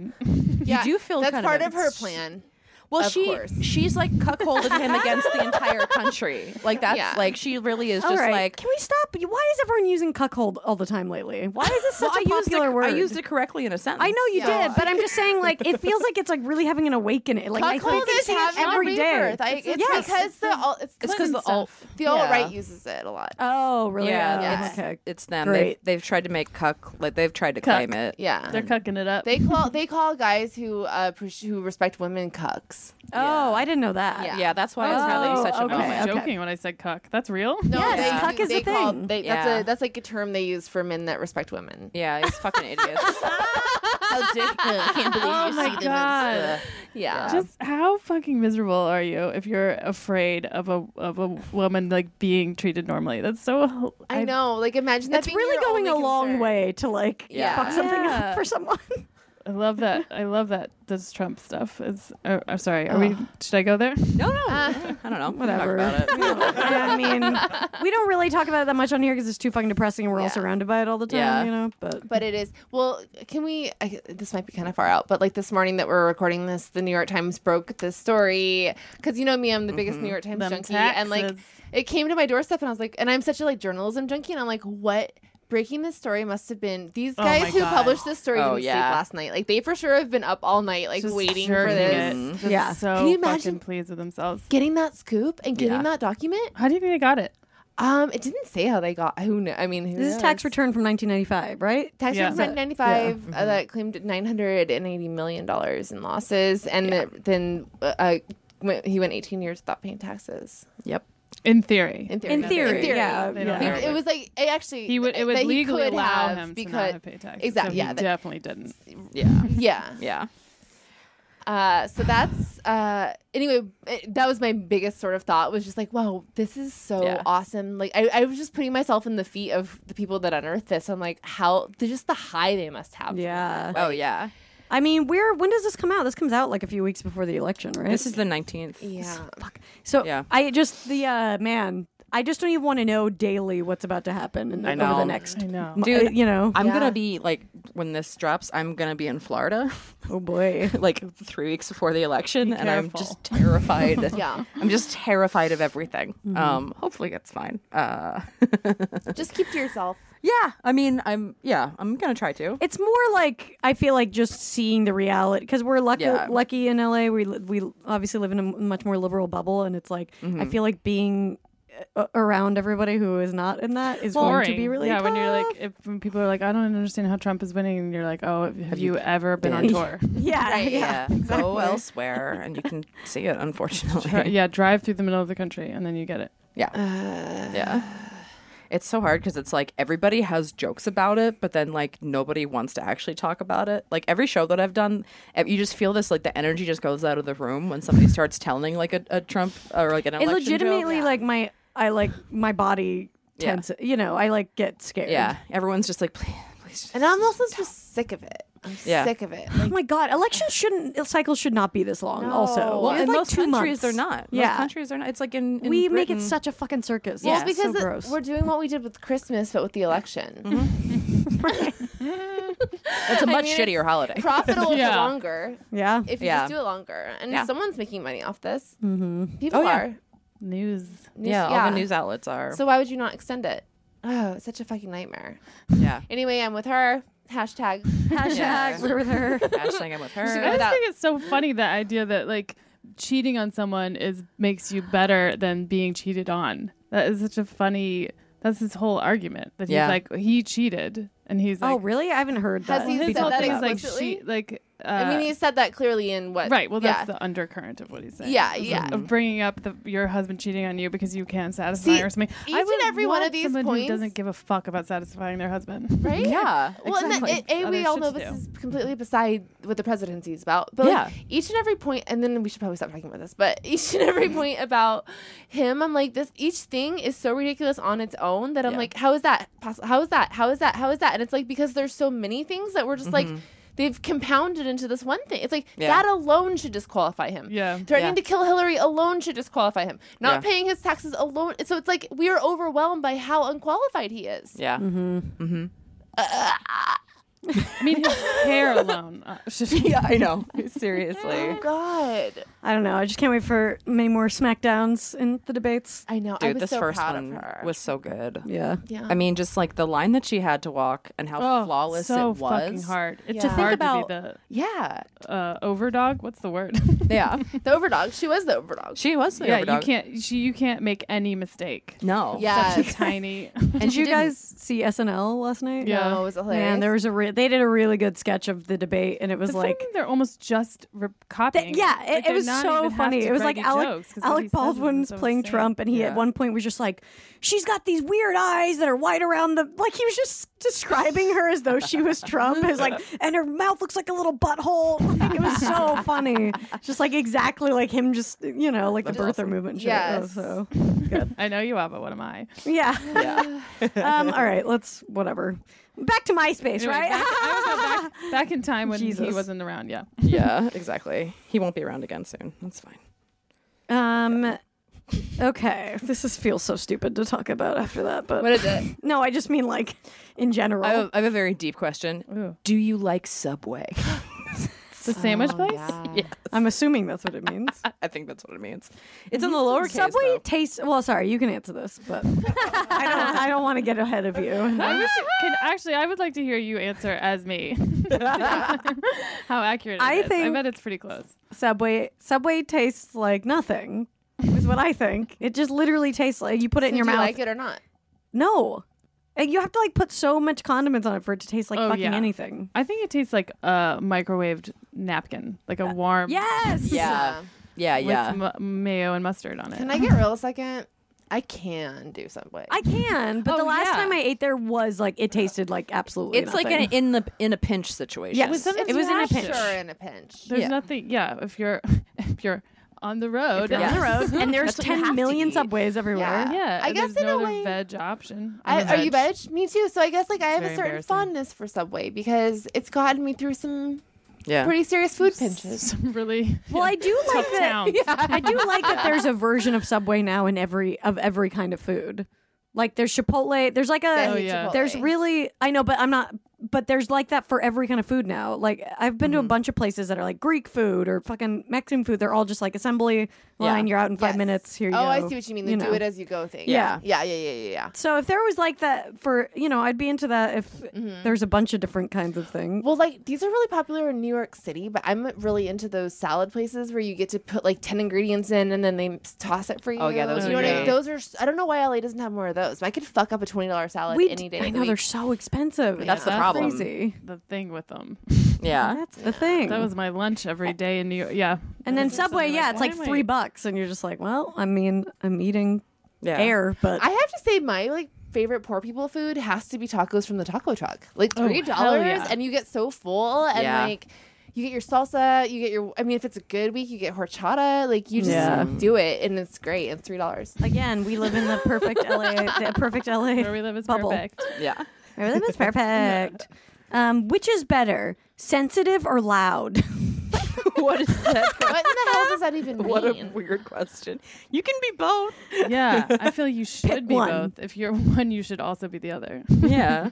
S3: Yeah,
S2: do feel
S3: that's
S2: kind of
S3: part of her
S2: ins-
S3: plan.
S2: Well,
S3: Of
S2: she
S3: course.
S2: she's like cuckolded him against the entire country. Like that's
S3: Yeah.
S2: like she really is
S1: all
S2: just
S1: right.
S2: like.
S1: Can we stop? Why is everyone using cuckold all the time lately? Why is this
S2: Well,
S1: such
S2: I
S1: a
S2: used
S1: popular
S2: it,
S1: word?
S2: I used it correctly in a sentence.
S1: I know you
S3: Yeah.
S1: did, but I'm just saying, like, it feels like it's like really having an awakening. Like, I think
S3: Cuckold
S1: it's
S3: is having
S1: every day.
S3: rebirth. I, it's
S1: Yes.
S3: because the all, it's
S2: It's because the
S3: Clinton
S2: alt,
S3: stuff. the alt
S2: yeah.
S3: right uses it a lot.
S1: Oh, really?
S2: Yeah,
S1: Oh,
S2: It's,
S1: Okay.
S2: it's them. They've,
S1: Great.
S2: they've tried to make cuck like they've tried to
S5: Cuck.
S2: claim it.
S3: Yeah,
S5: They're cucking it up.
S3: they call they call guys who uh, pers- who respect women cucks.
S2: Yes.
S1: Oh, I didn't know that.
S3: Yeah.
S2: Yeah, that's why I was having
S1: Oh,
S2: such a
S1: okay,
S5: I was
S2: moment.
S1: okay.
S5: joking when I said cuck. That's real.
S3: No,
S1: Yes,
S3: they,
S1: cuck is
S3: they
S1: the
S3: call-
S1: thing.
S3: they- that's
S2: Yeah.
S3: a that's like a term they use for men that respect women.
S2: Yeah, these fucking idiots.
S3: How dare- I can't believe
S5: Oh
S3: you
S5: my
S3: see them as,
S5: God.
S3: uh, yeah.
S5: Just how fucking miserable are you if you're afraid of a of a woman like being treated normally? That's so.
S3: I know. Like imagine that.
S1: It's
S3: being
S1: really
S3: your
S1: going a
S3: only
S1: long
S3: concern.
S1: way to like
S2: Yeah.
S1: fuck something
S5: Yeah.
S1: up for someone.
S5: I love that. I love that. This Trump stuff is. Uh, I'm sorry. Are we? Should I go there?
S2: No, no. I don't know.
S1: Whatever.
S2: Talk about it.
S1: I mean, we don't really talk about it that much on here because it's too fucking depressing and we're all
S3: Yeah.
S1: surrounded by it all the time,
S2: Yeah.
S1: you know? But,
S3: But it is well. Can we? I, this might be kind of far out, but like this morning that we're recording this, the New York Times broke this story because you know me, I'm the biggest
S2: Mm-hmm.
S3: New York Times
S5: Them
S3: junkie, and like
S5: taxes.
S3: it came to my doorstep, and I was like, and I'm such a like journalism junkie, and I'm like, what? Breaking this story must have been these
S5: Oh
S3: guys
S5: my
S3: who
S5: God.
S3: published this story
S2: Oh,
S3: didn't
S2: yeah.
S3: sleep last night. Like they for sure have been up all night, like
S5: Just
S3: waiting for
S5: jerking
S3: this, Mm-hmm.
S5: it. Just
S1: Yeah.
S5: So
S3: Can you imagine-
S5: fucking pleased with themselves.
S3: getting that scoop and getting
S2: Yeah.
S3: that document.
S5: How do you think they got it?
S3: Um, it didn't say how they got. Who kn- I mean, who
S1: this is tax
S3: knows?
S1: return from 1995, right?
S3: Tax
S5: Yeah. Mm-hmm.
S3: return from 95 uh, that claimed 980 million dollars in losses, and it- then uh, uh, went- he went 18 years without paying taxes.
S2: Yep.
S5: In theory.
S3: In theory,
S1: In theory, yeah.
S5: They don't
S1: yeah.
S5: have
S3: It, was like it actually
S5: he would. It would
S3: that he
S5: legally
S3: could
S5: allow
S3: have
S5: him to
S3: because
S5: not have paid taxes.
S3: exact-
S5: So
S3: yeah,
S5: He
S3: that-
S5: definitely didn't.
S2: Yeah.
S3: yeah.
S2: Yeah.
S3: Uh, so that's uh, anyway. It, that was my biggest sort of thought was just like, wow, this is so
S2: Yeah.
S3: awesome. Like I, I was just putting myself in the feet of the people that unearthed this. I'm like, how they're just the high they must have.
S1: Yeah.
S2: Oh yeah.
S1: I mean, where when does this come out? This comes out like a few weeks before the election, right?
S2: This is the 19th.
S3: Yeah.
S1: so
S2: yeah.
S1: I just the uh man, I just don't even want to know daily what's about to happen in,
S2: I
S1: over
S2: know.
S1: the next
S5: I know.
S1: mo-
S2: Dude,
S1: you know.
S2: I'm
S3: Yeah.
S2: gonna be like when this drops, I'm gonna be in Florida
S1: oh boy.
S2: like three weeks before the election, and I'm
S5: careful.
S2: just terrified.
S3: Yeah.
S2: I'm just terrified of everything.
S1: Mm-hmm.
S2: Um, hopefully that's fine. Uh,
S3: Just keep to yourself.
S2: yeah, I mean, I'm yeah, I'm gonna try to.
S1: It's more like I feel like just seeing the reality because we're lucky.
S2: Yeah.
S1: Lucky in LA, we li- we obviously live in a m- much more liberal bubble, and it's like
S2: Mm-hmm.
S1: I feel like being uh, around everybody who is not in that is going to be
S5: Boring.
S1: really
S5: yeah. When you're
S1: tough.
S5: like, if, when people are like, I don't understand how Trump is winning, and you're like, oh, have, you, ever been on
S2: been?
S5: tour?
S1: yeah, yeah.
S2: go elsewhere, and you can see it. Unfortunately,
S5: Dri- yeah, drive through the middle of the country and then you get it.
S1: Uh,
S2: Yeah. It's so hard because it's like everybody has jokes about it, but then like nobody wants to actually talk about it. Like every show that I've done, ev- you just feel this like the energy just goes out of the room when somebody starts telling like a, a Trump or like an
S1: It
S2: election joke.
S1: legitimately like my I like my body
S2: Yeah.
S1: tense. You know, I like get scared.
S2: yeah, everyone's just like, please, please. Just,
S3: And I'm also just sick of it. I'm
S2: Yeah.
S3: sick of it.
S1: Oh my god, elections shouldn't uh, cycles should not be this long. Also,
S3: No.
S2: well,
S1: It's
S2: in
S1: like
S2: most
S1: two
S2: countries
S1: months.
S2: they're not.
S1: Yeah.
S2: most countries are not. It's like in, in
S1: we make it
S2: Britain.
S1: such a fucking circus.
S2: Well,
S1: It's
S3: well, because
S1: so
S3: it-
S1: gross. Mm-hmm.
S3: we're doing what we did with Christmas, but with the election.
S2: It's a
S3: I
S2: much
S3: mean, it's
S2: shittier holiday.
S3: Profitable
S5: Yeah.
S3: for longer
S1: yeah,
S3: if you
S2: Yeah.
S3: just do it longer, and
S2: Yeah.
S3: someone's making money off this. Mm-hmm. People
S2: Oh, yeah.
S3: are.
S5: News.
S3: News-
S2: yeah, all the news outlets are.
S3: So why would you not extend it? Oh, it's such a fucking nightmare.
S2: yeah,
S3: Anyway, I'm with her. Hashtag.
S1: hashtag
S2: Yeah.
S1: we're with her.
S2: hashtag I'm with her.
S3: Yeah,
S5: I just
S3: that-
S5: think it's so funny the idea that like cheating on someone is makes you better than being cheated on. That is such a funny. That's his whole argument that he's
S2: Yeah.
S5: like he cheated and he's like
S1: oh, really? I haven't heard
S3: Has
S1: that.
S3: he
S5: his
S3: said
S5: whole
S3: that
S5: thing is like
S3: explicitly?
S5: she like. Uh,
S3: I mean, he said that clearly in what?
S5: right. Well, that's
S3: Uh, yeah.
S5: the undercurrent of what he's saying.
S3: Yeah,
S5: It's
S3: yeah.
S5: Of bringing up the, your husband cheating on you because you can't satisfy
S3: See,
S5: or something.
S3: each
S5: I
S3: and
S5: would
S3: every one of
S5: want
S3: these
S5: someone
S3: points-
S5: who doesn't give a fuck about satisfying their husband.
S3: Right?
S2: Yeah,
S3: Well,
S2: exactly.
S3: and then, it, a, we
S5: Other
S3: all
S5: shit
S3: know
S5: to
S3: this
S5: do.
S3: is completely beside what the presidency is about, but like,
S2: Yeah.
S3: each and every point, and then we should probably stop talking about this, but each and every point about him, I'm like, this each thing is so ridiculous on its own that I'm
S2: Yeah.
S3: like, how is that possible? How is that? How is that? How is that? And it's like, because there's so many things that we're just like, they've compounded into this one thing. It's like,
S2: Mm-hmm. Yeah.
S3: that alone should disqualify him.
S5: Yeah.
S3: Threatening
S2: Yeah.
S3: to kill Hillary alone should disqualify him. Not
S2: Yeah.
S3: paying his taxes alone. So it's like, we are overwhelmed by how unqualified he is.
S2: yeah.
S5: I mean, his hair alone. Uh, should-
S2: yeah, I know. Seriously.
S3: God.
S1: I don't know. I just can't wait for many more smackdowns in the debates.
S3: I know. I
S2: Dude,
S3: was
S2: this
S3: so
S2: first
S3: proud
S2: one
S3: of her.
S2: was so good.
S1: Yeah.
S3: yeah.
S2: I mean, just like the line that she had to walk and how
S5: Oh,
S2: flawless
S5: so
S2: it was.
S5: fucking hard. It's
S3: Yeah.
S5: just
S3: To think
S5: hard
S2: about-
S5: to
S2: Yeah,
S5: be the uh, overdog. What's the word?
S2: yeah.
S3: the overdog. She was the overdog.
S2: She was the
S5: yeah,
S2: overdog.
S5: you can't. She, you can't make any mistake.
S2: No.
S3: Yeah.
S5: Such a tiny.
S1: Did you guys see SNL last night?
S5: Yeah.
S3: No, Oh, it was hilarious.
S1: Man, there was a re- they They did a really good sketch of the debate, and it was
S5: It's
S1: like.
S5: something they're almost just re-
S1: Th-
S5: copying.
S1: yeah,
S5: Like,
S1: it, it
S5: they're
S1: was
S5: not
S1: so
S5: even have
S1: funny.
S5: to
S1: It was like
S5: write
S1: Alec,
S5: jokes, 'cause what he
S1: Alec
S5: says isn't
S1: Baldwin's
S5: so
S1: playing
S5: insane.
S1: Trump, and he at
S2: Yeah.
S1: one point was just like, "She's got these weird eyes that are white around the." Like he was just describing her as though she was Trump. It was like, and her mouth looks like a little butthole. Like, it was so funny, just like exactly like him, just you know, like the birther movement. Shit. It was
S3: Yes.
S1: so
S5: I know you are, but what am I?
S1: yeah. um, all right, let's whatever. Back to MySpace,
S5: Anyway,
S1: right?
S5: Back, I would go back, back in time when
S1: Jesus.
S5: he wasn't around. Yeah.
S2: yeah, exactly. He won't be around again soon. That's fine.
S1: Um. Okay, this is feels so stupid to talk about after that, but
S2: is it? Oh.
S1: no, I just mean like in general.
S2: I have, I have a very deep question.
S5: Ooh.
S2: Do you like Subway?
S5: The sandwich place?
S2: yeah,
S1: I'm assuming that's what it means.
S2: I think that's what it means. It's in the lowercase.
S1: Subway
S2: though.
S1: tastes well. Sorry, you can answer this, but I don't. I don't want to get ahead of you.
S5: I wish you can actually I would like to hear you answer as me. How accurate it
S1: I
S5: is. I
S1: think-
S5: bet it's pretty close.
S1: Subway. Subway tastes like nothing. Is what I think. It just literally tastes like you put it in your
S3: do
S1: mouth.
S3: you like it or not?
S1: No, And you have to like put so much condiments on it for it to taste like
S5: Oh,
S1: fucking
S5: yeah.
S1: anything.
S5: I think it tastes like a microwaved napkin, like a warm
S1: Yes.
S2: Yeah, yeah,
S5: with
S2: yeah.
S5: m- mayo and mustard on it.
S3: Can I get real a second? I can do Subway.
S1: I can, but the
S5: Oh,
S1: last
S5: yeah.
S1: time I ate there was like it tasted like absolutely.
S2: It's like an
S1: nothing.
S2: in the in a pinch situation.
S1: Yes.
S5: Well, sometimes
S1: It was
S5: you
S1: in a
S5: have
S1: pinch.
S5: to.
S3: Sure, in a pinch.
S5: There's
S2: Yeah.
S5: nothing. Yeah, if you're if you're on the road,
S1: You're on the road, and there's
S2: That's what you have
S1: 10
S2: to
S1: million
S2: eat.
S1: subways everywhere.
S3: Yeah.
S5: Yeah,
S3: I
S5: and
S3: guess
S5: there's
S3: in
S5: no
S3: a
S5: other
S3: way-
S5: veg option.
S3: I,
S5: I'm a
S3: are you veg? Me too. So I guess like I have
S5: very
S3: a certain
S5: embarrassing.
S3: fondness for Subway because it's gotten me through some
S2: yeah.
S3: pretty serious food pinches.
S5: Some really
S1: Well, I do like
S5: tough
S1: that.
S5: towns.
S1: I do like that. There's a version of Subway now in every of every kind of food. Like there's Chipotle. There's like
S3: I
S1: a.
S5: Oh,
S3: hate
S5: yeah.
S3: Chipotle.
S1: There's really. I know, but I'm not. But there's like that for every kind of food now. Like I've been to a bunch of places that are like Greek food or fucking Mexican food. They're all just like assembly line. You're out in five
S3: Yes.
S1: minutes. Here you
S3: oh,
S1: go.
S3: I see what you mean. The do
S1: know.
S3: it as you go thing.
S1: Yeah.
S3: Yeah. Yeah. Yeah. Yeah. yeah.
S1: So if there was like that for you know, I'd be into that if
S3: Mm-hmm.
S1: there's a bunch of different kinds of things.
S3: Well, like these are really popular in New York City, but I'm really into those salad places where you get to put like ten ingredients in and then they s- toss it for you.
S2: Oh, yeah, those
S3: you
S5: are
S3: know what I-
S5: great.
S3: Those are. s- I don't know why LA doesn't have more of those. But I could fuck up a twenty dollar salad
S1: We
S3: any
S1: d- I
S3: day. of the
S1: know they're
S3: week.
S1: so expensive. It's
S2: That's the
S5: that's
S2: problem.
S1: crazy.
S5: the thing with them.
S2: Yeah.
S1: That's the thing.
S5: That was my lunch every day in New York. Yeah,
S1: and then
S5: That's something
S1: Subway, yeah, it's
S5: why
S1: like
S5: am I-
S1: three bucks, and you're just like, well, I mean, I'm eating
S2: Yeah.
S1: air, but
S3: I have to say, my like favorite poor people food has to be tacos from the taco truck. Like
S5: Oh,
S3: three
S5: hell
S3: dollars,
S5: yeah.
S3: and you get so full, and
S2: Yeah.
S3: like you get your salsa, you get your. I mean, if it's a good week, you get horchata. Like you just
S1: Yeah.
S3: do it, and it's great. It's three dollars.
S1: again, we live in the perfect LA, the perfect LA
S5: where we live is
S1: bubble.
S5: perfect.
S2: Yeah.
S1: Where we live is perfect. Um, which is better, sensitive or loud?
S2: what is that?
S3: what in the hell does that even mean?
S2: What a weird question. You can be both.
S5: Yeah, I feel you should be
S1: one.
S5: both. If you're one, you should also be the other.
S2: Yeah.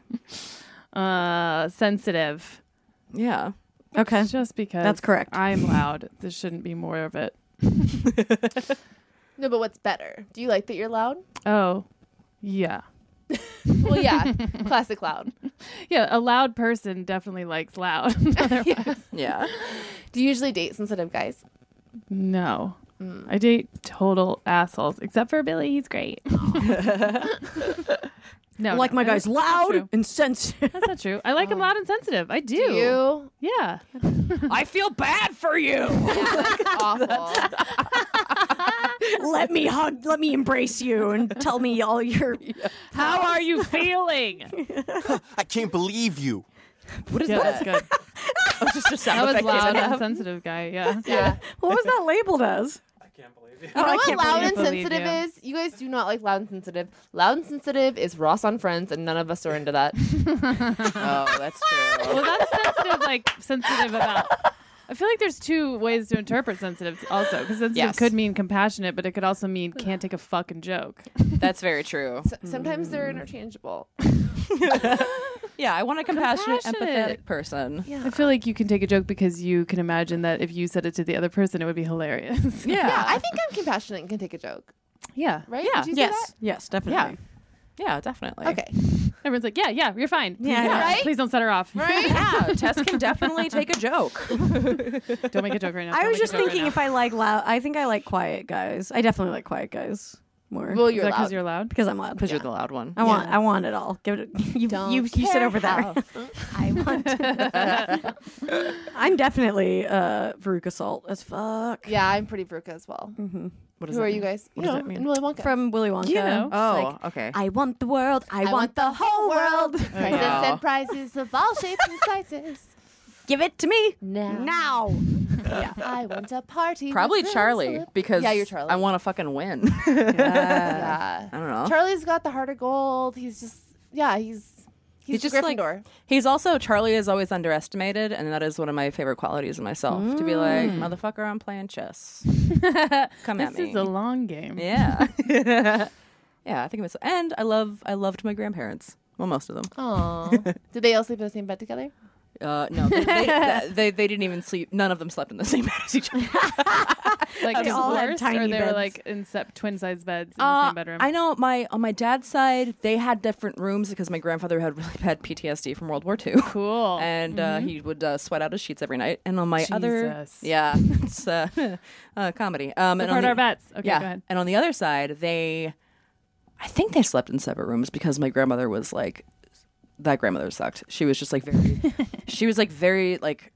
S5: Uh, sensitive.
S2: Yeah.
S1: Okay,
S5: Just because
S1: That's correct.
S5: I'm loud. There shouldn't be more of it.
S3: No, but what's better? Do you like that you're loud?
S5: Oh, yeah.
S3: Well, yeah, classic loud.
S5: Yeah, a loud person definitely likes loud. Otherwise-
S2: Yeah.
S3: Do you usually date sensitive guys?
S5: No.
S1: Mm.
S5: I date total assholes, except for Billy. He's great. no,
S1: like
S5: no,
S1: my
S5: that
S1: guy's Oh.
S5: is- that's not
S1: loud
S5: true.
S1: and sensitive.
S5: That's not true. I like him loud and sensitive. I do.
S3: Do you?
S5: Yeah.
S2: I feel bad for you.
S3: Awful.
S1: let me hug, let me embrace you, and tell me all your
S5: How are you feeling?
S4: I can't believe you.
S2: What is
S5: yeah, that's
S2: that?
S5: good.
S2: Oh, just a sound
S5: That was
S2: effect.
S5: loud and sensitive guy. Yeah.
S3: Yeah.
S1: What was that labeled as?
S3: You know
S1: Oh, I
S3: what
S1: can't
S3: Oh, loud
S5: believe-
S3: and
S5: believe
S3: sensitive
S5: you.
S3: is? You guys do not like loud and sensitive. Loud and sensitive is Ross on Friends, and none of us are into that.
S2: Oh, that's
S5: Well,
S2: true.
S5: that's sensitive. Like sensitive about. I feel like there's two ways to interpret sensitive also because sensitive
S2: Yes.
S5: could mean compassionate, but it could also mean can't take a fucking joke.
S2: That's very true.
S3: S- Sometimes they're interchangeable.
S2: Yeah, I want a compassionate,
S5: Compassionate.
S2: empathetic person.
S5: I feel like you can take a joke because you can imagine that if you said it to the other person, it would be hilarious.
S2: Yeah.
S3: Yeah, I think I'm compassionate and can take a joke,
S5: yeah.
S3: right?
S2: Yeah.
S3: Did you say
S1: Yes, yes, definitely.
S2: Yeah, definitely.
S3: that? Okay.
S5: Everyone's like, yeah, yeah, you're fine. Please,
S1: Yeah,
S5: don't-
S3: right?
S5: please don't set her off.
S3: Right?
S2: Yeah, Tess can definitely take a joke.
S5: Don't make a joke right now.
S1: I
S5: Don't
S1: was
S5: make a
S1: just
S5: joke right
S1: thinking
S5: now.
S1: if I like loud, I think I like quiet guys. I definitely like quiet guys. more
S3: Well,
S5: Is
S3: you're
S5: that because
S3: loud.
S5: you're loud?
S1: because I'm loud.
S2: because
S1: Yeah.
S2: you're the loud one.
S1: I want I want it all. Give it you you, you sit over there.
S6: I want
S1: I'm definitely uh Veruca Salt as fuck.
S3: Yeah, I'm pretty Veruca as well.
S2: What does
S3: Who
S2: that
S3: are
S2: mean?
S3: you guys?
S2: What
S3: you
S2: does
S3: know,
S2: that mean?
S3: in Willy Wonka.
S1: From Willy Wonka.
S5: You know.
S2: Oh,
S1: It's like,
S2: okay.
S1: I want the world. I, want the whole world.
S3: Presents
S2: Wow.
S3: and prizes of all shapes and sizes.
S1: Give it to me
S3: Now,
S1: now.
S3: I want a party.
S2: Probably
S3: with
S2: Charlie
S3: Rosa.
S2: because
S3: Yeah, you're Charlie.
S2: I want to fucking win.
S3: Yeah.
S2: I don't know.
S3: Charlie's got the heart of gold. He's just yeah, he's he's,
S2: just like-
S3: Gryffindor.
S2: He's also Charlie is always underestimated, and that is one of my favorite qualities of myself to be like motherfucker. I'm playing chess. Come at
S5: This
S2: me.
S5: is a long game.
S2: yeah, yeah. I think it's and I love I loved my grandparents. Well, most of them.
S3: Aww. Did they all sleep in the same bed together?
S2: Uh, no, they, they, they they didn't even sleep. None of them slept in the same bed as each other.
S5: Like
S1: They all had
S5: divorced,
S1: tiny
S5: or they
S1: beds.
S5: were like in sep- twin size beds in the
S2: Uh,
S5: same bedroom.
S2: I know my on my dad's side they had different rooms because my grandfather had really bad PTSD from World War II.
S5: cool. Mm-hmm.
S2: and uh, he would uh, sweat out his sheets every night. And on my other,
S5: Jesus.
S2: yeah, it's uh, uh, comedy. Um, and on
S5: Support
S2: the,
S5: our vets. Okay,
S2: yeah,
S5: go ahead.
S2: and on the other side, they, I think they slept in separate rooms because my grandmother was like, that grandmother sucked. She was just like very, she was like very like,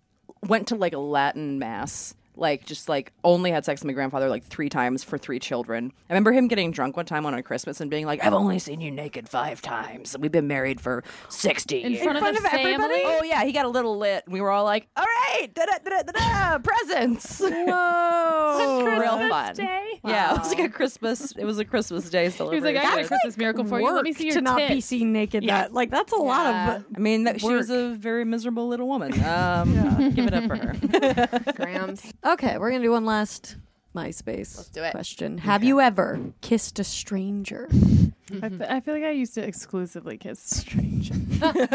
S2: went to like a Latin mass. Like just like only had sex with my grandfather like three times for three children. I remember him getting drunk one time on a Christmas and being like, "I've only seen you naked five times. We've been married for sixty
S5: In
S2: years."
S5: front,
S1: front
S5: of,
S1: of
S5: the family.
S1: everybody?
S2: Oh yeah, he got a little lit. We were all like, "All right, da da da da da, presents."
S1: Whoa.
S2: real fun. Yeah, it was like a Christmas. It was a Christmas day
S5: He was
S2: celebration.
S5: like, "I got a Christmas miracle for you. Let me
S1: work
S5: see your
S1: to not be
S5: tits."
S1: seen naked. That like that's a lot of
S2: I mean, that, she was a very miserable little woman. Um, Give it up for her.
S3: Grams.
S1: Okay, we're gonna do one last MySpace
S3: do it.
S1: question. Have you ever kissed a stranger?
S5: I,
S2: Mm-hmm.
S5: fe- I feel like I used to exclusively kiss strangers.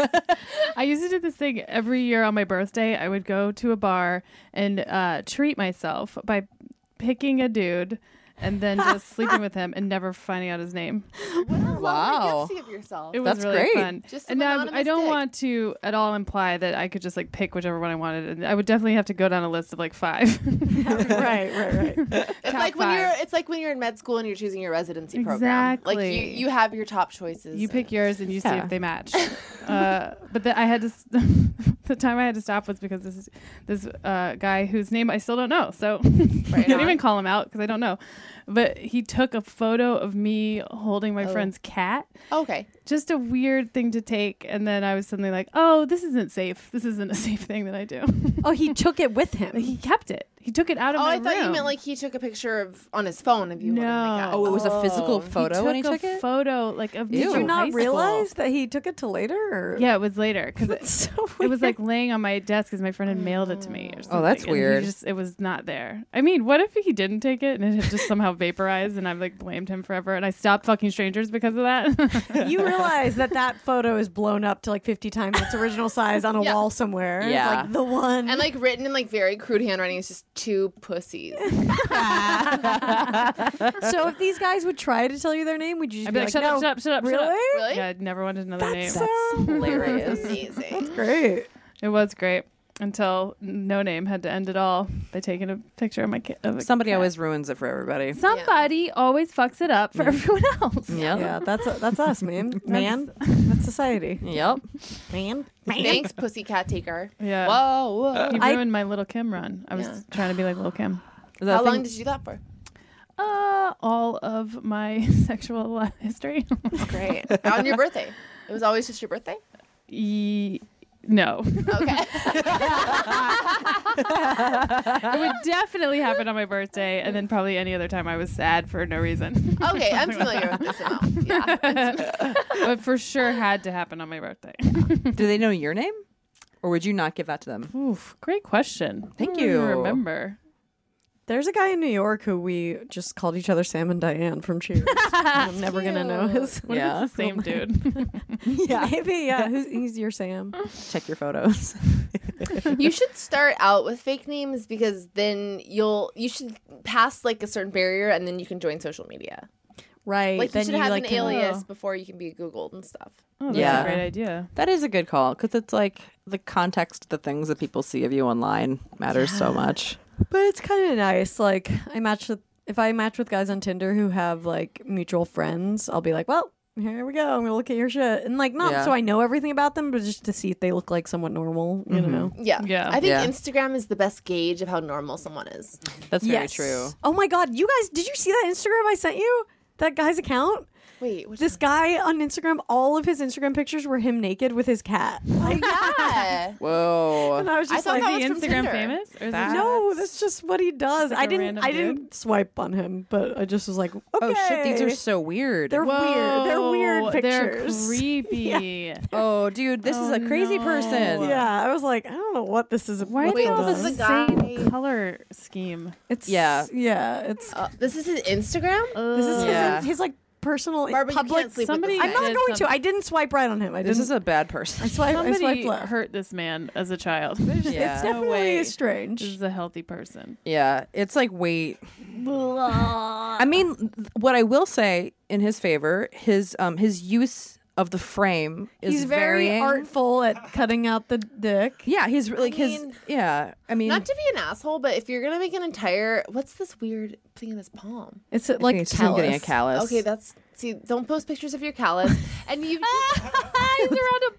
S5: I used to do this thing every year on my birthday. I would go to a bar and uh, treat myself by picking a dude and then just sleeping with him and never finding out his name.
S2: Wow.
S3: Gift of yourself.
S5: It was
S2: That's
S5: really
S2: great.
S5: fun.
S3: Just some
S5: and now I
S3: anonymous
S5: don't
S3: dick.
S5: want to at all imply that I could just like pick whichever one I wanted. And I would definitely have to go down a list of like five.
S1: right, right, right.
S3: It's
S5: Top
S3: like when you're
S5: five.
S3: it's like when you're in med school and you're choosing your residency program. Like you,
S5: Exactly.
S3: you have your top choices.
S5: You pick yours and you see
S2: Yeah.
S5: if they match. uh, but the, I had to. s- the time I had to stop was because this this uh, guy whose name I still don't know, so I can't
S3: on.
S5: even call him out because I don't know. But he took a photo of me holding my friend's cat.
S3: Okay.
S5: Just a weird thing to take, and then I was suddenly like, "Oh, this isn't safe. This isn't a safe thing that I do."
S1: Oh, he took it with him.
S5: he kept it. He took it out of
S3: Oh,
S5: my
S3: I thought you
S5: room.
S3: meant like he took a picture of on his phone of you. holding
S5: No.
S3: Like
S2: Oh, it was a physical photo when he
S5: took
S2: took
S5: a
S2: it.
S5: photo like of me.
S2: Did
S5: from
S1: Did you
S5: high
S1: not
S5: school.
S1: realize that he took it to later? Or?
S5: Yeah, it was later because
S1: That's so
S5: it
S1: weird.
S5: was like laying on my desk because my friend had mailed it to me. Or something,
S2: that's
S5: and he
S2: weird.
S5: just- it was not there. I mean, what if he didn't take it and it had just somehow vaporized and I've like blamed him forever and I stopped fucking strangers because of that?
S1: you realize that that photo is blown up to like 50 times its original size on a
S3: Yeah.
S1: wall somewhere. It's
S2: Yeah.
S1: like the one.
S3: And like written in like very crude handwriting, it's just two pussies.
S1: so if these guys would try to tell you their name, would you just
S5: I'd be like, shut
S1: no,
S5: up, shut up, shut up,
S1: Really?
S5: shut up.
S3: Really?
S5: Yeah, I'd never wanted another name.
S2: That's hilarious.
S3: Amazing.
S1: Great.
S5: it was great until No Name had to end it all by taking a picture of my kid. Of a
S2: Somebody
S5: cat.
S2: always ruins it for everybody.
S5: Somebody always fucks it up for everyone else.
S2: Yep.
S1: Yeah, that's that's us, man. Man, that's society.
S2: Yep.
S1: Man,
S3: Thanks, pussycat taker.
S5: Yeah. Uh,
S3: Whoa, whoa.
S5: He
S1: I-
S5: ruined my little Kim run. I was
S3: Yeah.
S5: trying to be like little Kim.
S2: Is that a
S3: How long
S2: thing?
S3: did you do that for?
S5: Uh, all of my sexual li- history.
S3: Great. On your birthday. It was always just your birthday?
S5: E- no,
S3: Okay.
S5: it would definitely happen on my birthday, and then probably any other time I was sad for no reason.
S3: Okay, I'm familiar with this amount.
S5: Oh,
S3: Yeah.
S5: but for sure, had to happen on my birthday.
S2: Do they know your name, or would you not give that to them?
S5: Oof, great question.
S2: Thank
S5: I don't even
S2: you.
S5: Remember?
S1: There's a guy in New York who we just called each other Sam and Diane from Cheers. I'm never gonna know his.
S5: What
S2: Yeah.
S5: if it's the same dude?
S1: Yeah, maybe. Yeah, who's, he's your Sam.
S2: Check your photos.
S3: You should start out with fake names because then you'll you should pass like a certain barrier and then you can join social media.
S1: Right.
S3: Like you should have an
S1: can-
S3: alias before you can be googled and stuff.
S5: Oh, that's
S2: Yeah.
S5: a great idea.
S2: That is a good call because it's like the context, the things that people see of you online matters so much.
S1: But it's kind of nice. Like I matched with if I match with guys on Tinder who have like mutual friends, I'll be like, well, here we go. I'm gonna look at your shit, and like not
S2: Yeah.
S1: so I know everything about them, but just to see if they look like somewhat normal. You
S2: Mm-hmm.
S1: know.
S3: Yeah.
S5: Yeah.
S3: I think
S2: Yeah.
S3: Instagram is the best gauge of how normal someone is.
S2: That's very
S1: Yes.
S2: true.
S1: Oh my god, you guys, did you see that Instagram I sent you? That guy's account.
S3: Wait, what's
S1: This guy on Instagram, all of his Instagram pictures were him naked with his cat. Like,
S3: yeah.
S2: Whoa.
S1: and I was
S3: I
S1: just
S3: thought
S1: like,
S3: that
S5: Is he
S3: was from
S5: Instagram
S3: Tinder.
S5: famous? Or is
S2: That-
S5: it
S1: no, that's just what he does.
S5: like
S1: I
S5: a
S1: didn't,
S5: random
S1: I didn't swipe on him, but I just was like, okay.
S2: Oh shit, these are so weird.
S1: They're weird. They're weird
S5: Whoa,
S1: pictures.
S5: They're creepy.
S2: oh dude, this is
S5: Oh,
S2: a crazy
S5: no.
S2: person.
S1: yeah, I was like, I don't know what this is.
S5: Why
S1: what
S5: are they
S3: Wait,
S5: all
S1: this
S3: this
S5: the
S3: is
S1: is.
S3: a guy-
S5: same color scheme?
S1: It's
S2: Yeah.
S1: yeah. It's
S3: Uh, this is his Instagram?
S1: this is
S2: Yeah.
S1: his, his like personal
S3: Barbara, you
S1: public.
S3: can't sleep
S5: somebody-
S3: with
S1: I'm
S3: this guy.
S1: not
S5: Did
S1: going to.
S5: some-
S1: I didn't swipe right on him. I
S2: This
S1: didn't.
S2: is a bad person.
S1: I swipe. I swiped
S5: Somebody
S1: left.
S5: hurt this man as a child.
S2: Yeah.
S1: It's
S2: No
S1: definitely
S5: way.
S1: strange.
S5: This is a healthy person.
S2: Yeah, it's like wait. I mean, th- what I will say in his favor, his um his use of the frame is
S1: He's very
S2: varying.
S1: artful at cutting out the dick.
S2: Yeah, he's re- like
S3: mean-
S2: his. Yeah, I mean,
S3: Not to be an asshole, but if you're gonna make an entire what's this weird thing in his palm?
S1: It's
S2: I
S1: like
S2: think it's him getting a callus.
S3: Okay, that's see, don't post pictures of your callus. and you
S5: He's around a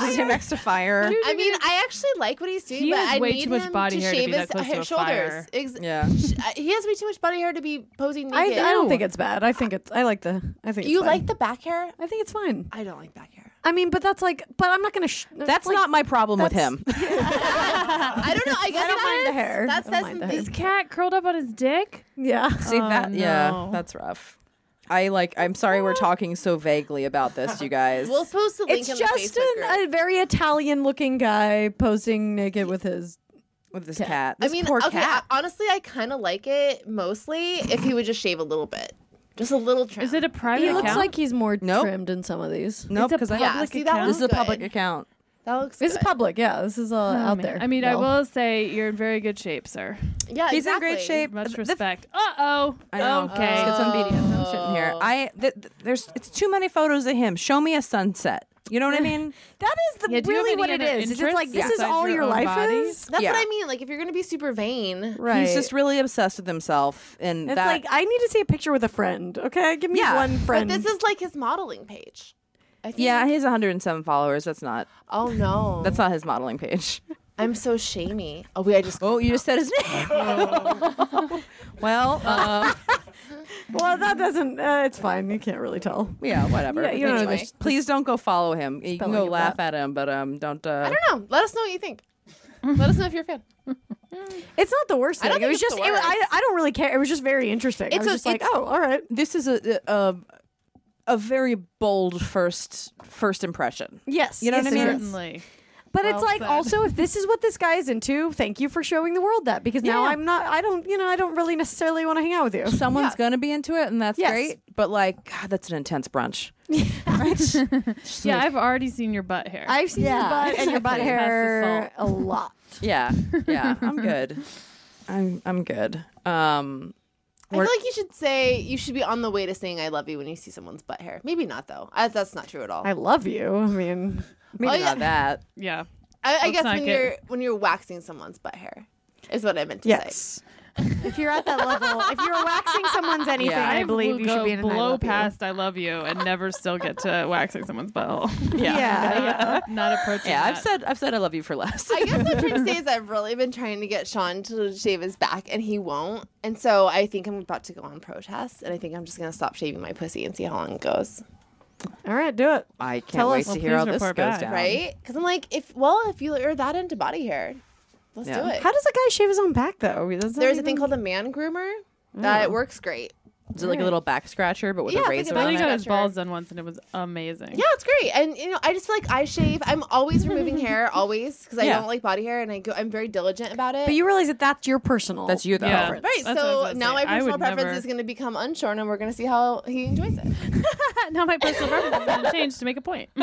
S2: just him next to fire.
S5: Dude,
S3: I mean, I actually like what he's doing,
S5: He
S3: but
S5: has
S3: I
S5: way
S3: need
S5: too much
S3: him
S5: body
S3: to
S5: hair to
S3: shave
S5: be
S3: his
S5: that close
S3: his
S5: to a
S3: shoulders.
S5: fire.
S3: Ex-
S2: Yeah.
S3: sh- uh, he has way too much body hair to be posing
S1: I, I
S3: naked.
S1: don't think it's bad. I think it's. I like the. I think it's
S3: you
S1: fine.
S3: like the back hair?
S1: I think it's fine.
S3: I don't like back hair.
S1: I mean, but that's like. But I'm not gonna. Sh-
S2: That's
S1: like,
S2: not my problem with
S1: that's-
S2: him.
S3: I don't know. I guess
S1: I don't
S3: that
S1: mind the
S3: is-
S1: hair.
S3: That
S1: I don't
S3: says
S1: mind the
S3: this
S5: this cat curled up on his dick.
S1: Yeah.
S2: See
S5: Oh,
S2: that? Yeah,
S5: no.
S2: that's rough. I like. I'm sorry, we're talking so vaguely about this, you guys.
S3: We'll post the link
S1: It's
S3: in
S1: just
S3: the Facebook group.
S1: an, a very Italian-looking guy posing naked with his.
S2: with this cat.
S3: I
S2: This
S3: mean,
S2: poor
S3: okay, uh,
S2: cat.
S3: I- honestly, I kind of like it mostly if he would just shave a little bit, just a little trim.
S5: Is it a private
S1: He looks
S5: account?
S1: like he's more
S2: Nope.
S1: trimmed in some of these.
S2: Nope,
S5: it's a
S2: because I
S5: public
S2: have.
S3: see, that
S5: account?
S2: This is a public
S3: Good.
S2: account.
S3: that looks?
S1: This is
S3: good.
S1: public. Yeah, this is all
S5: Oh,
S1: out
S5: man.
S1: there.
S5: I mean, I
S1: y'all.
S5: will say you're in very good shape, sir.
S3: Yeah,
S2: He's in great
S3: exactly.
S2: shape.
S5: Much
S2: The- the-
S5: respect. Uh oh.
S2: I know.
S5: Okay.
S2: Let's get some BDSM
S3: Oh.
S2: shit in here. I th- th- there's it's too many photos of him. Show me a sunset. You know what I mean?
S1: That is the,
S5: Yeah, do you have
S1: really
S5: any
S1: what it is.
S5: other
S1: It's just
S5: interests
S1: like this is
S5: besides
S1: all
S5: your
S1: your,
S5: own
S1: life
S5: body?
S1: is.
S3: That's
S2: Yeah.
S3: what I mean. Like, if you're gonna be super vain,
S1: Right.
S2: He's just really obsessed with himself, and
S1: It's
S2: that
S1: like I need to see a picture with a friend. Okay, give me
S2: Yeah.
S1: one
S3: but
S1: friend.
S3: this is like his modeling page. I think.
S2: yeah, he has 107 followers. That's not
S3: Oh no.
S2: that's not his modeling page.
S3: I'm so shamey. Oh wait, I just.
S2: Oh, you just said his name. well, uh,
S1: well, that doesn't. Uh, it's fine. You can't really tell.
S2: yeah, whatever.
S1: Yeah, you know,
S2: Anyway,
S1: there's-
S2: please don't go follow him. You can
S1: Spelling
S2: go
S1: of
S2: laugh at him, but um, don't. Uh,
S3: I don't know. Let us know what you think. Let us know if you're a fan.
S1: It's not the worst
S3: I
S1: thing.
S3: don't
S1: it
S3: think
S1: was
S3: it's
S1: just.
S3: the
S1: It,
S3: worst.
S1: I. I don't really care. It was just very interesting. I
S2: It's
S1: was
S2: a-
S1: just like,
S2: it's-
S1: oh, all right.
S2: This is a a, a very bold first first impression.
S1: Yes.
S2: You know
S1: yes,
S2: what I mean?
S1: it is.
S5: Certainly.
S1: But
S5: Well
S1: it's like
S5: said.
S1: also if this is what this guy is into, thank you for showing the world that because now
S2: Yeah.
S1: I'm not I don't you know, I don't really necessarily want to hang out with you.
S2: Someone's gonna be into it, and that's
S1: Yes.
S2: great. But like, God, that's an intense brunch.
S5: Yeah, I've already seen your butt hair.
S1: I've seen your butt and your butt
S5: Exactly.
S1: hair
S5: Pass
S1: a lot.
S2: Yeah, yeah, I'm good. I'm I'm good. Um,
S3: I feel like you should say you should be on the way to saying "I love you" when you see someone's butt hair. Maybe not though. I, that's not true at all. Oh,
S1: I love you. I mean,
S2: maybe
S3: yeah.
S2: not that.
S5: yeah.
S3: I, I
S5: Let's
S3: guess
S5: not
S3: when
S5: get-
S3: you're when you're waxing someone's butt hair is what I meant to say.
S1: yes. if you're at that level, if you're waxing someone's anything,
S2: Yeah.
S1: I, believe
S5: will
S1: you should
S5: go
S1: be in an I
S5: blow
S1: love you.
S5: past "I love you" and never still get to waxing someone's butthole.
S1: Yeah. yeah,
S5: Not, not approaching.
S2: Yeah, I've
S5: that.
S2: said I've said I love you for less.
S3: I guess what I'm trying to say is I've really been trying to get Sean to shave his back and he won't. And so I think I'm about to go on protest and I think I'm just gonna stop shaving my pussy and see how long it goes.
S1: All right, do it.
S2: I can't
S1: Tell us.
S2: wait to
S5: Well,
S2: hear
S5: please
S2: how this goes
S5: report back.
S2: down.
S3: Right? Because I'm like, if well, if you're that into body hair, let's
S2: Yeah.
S3: do it.
S1: How does a guy shave his own back though? Doesn't that
S3: There's a thing
S1: even-
S3: called a man groomer
S5: Mm.
S3: that it works great.
S2: Is it like a little back scratcher, but with
S3: Yeah,
S2: a
S3: it's
S2: razor
S3: like a back
S2: on
S5: Billy
S2: it?
S5: got his
S3: Sure.
S5: balls done once, and it was amazing.
S3: Yeah, it's great. And you know, I just feel like I shave. I'm always removing hair, always, because I
S2: Yeah.
S3: don't like body hair and I go I'm very diligent about it.
S1: But you realize that that's your personal.
S2: That's you though.
S5: Yeah.
S3: Right,
S5: That's what I was
S3: so
S5: gonna
S3: now
S5: say.
S3: my
S5: I
S3: personal
S5: would
S3: preference
S5: never-
S3: is going to become unshorn, and we're going to see how he enjoys it.
S5: now my personal preference is going to change to make a point.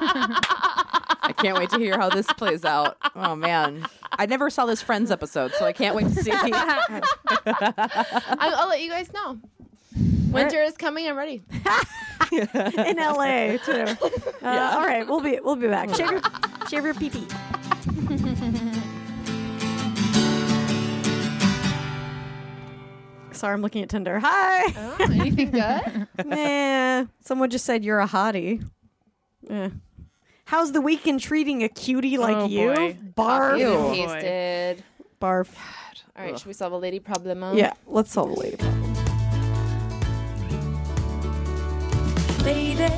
S2: I can't wait to hear how this plays out. Oh man, I never saw this Friends episode, so I can't wait to see.
S3: I'll, I'll let you guys know. Winter is coming. I'm ready.
S1: in LA too. Uh, All right, we'll be we'll be back. Shave your shave your pee pee. Sorry, I'm looking at Tinder. Hi.
S3: Oh, anything good?
S1: nah. Someone just said you're a hottie. Yeah. How's the weekend treating a cutie like
S5: Oh,
S1: you?
S5: boy.
S1: Barf.
S5: Ew.
S3: Copy and pasted.
S1: Barf.
S3: All right, should we solve a lady problem?
S1: Yeah. Let's solve a lady problem.
S6: Lady,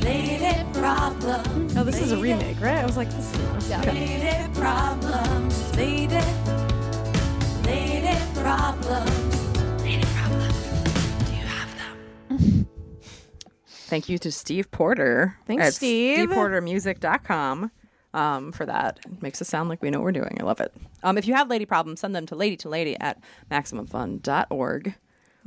S6: lady problems.
S1: No, Oh, this is a remake, right? I was like, this is.
S6: Lady problems. Lady, lady problems. Lady problems. Do you have them?
S2: Thank you to Steve Porter.
S1: Thanks,
S2: at
S1: Steve.
S2: StevePorterMusic.com um, for that. It makes us sound like we know what we're doing. I love it. Um, if you have lady problems, send them to lady to lady at maximumfun.org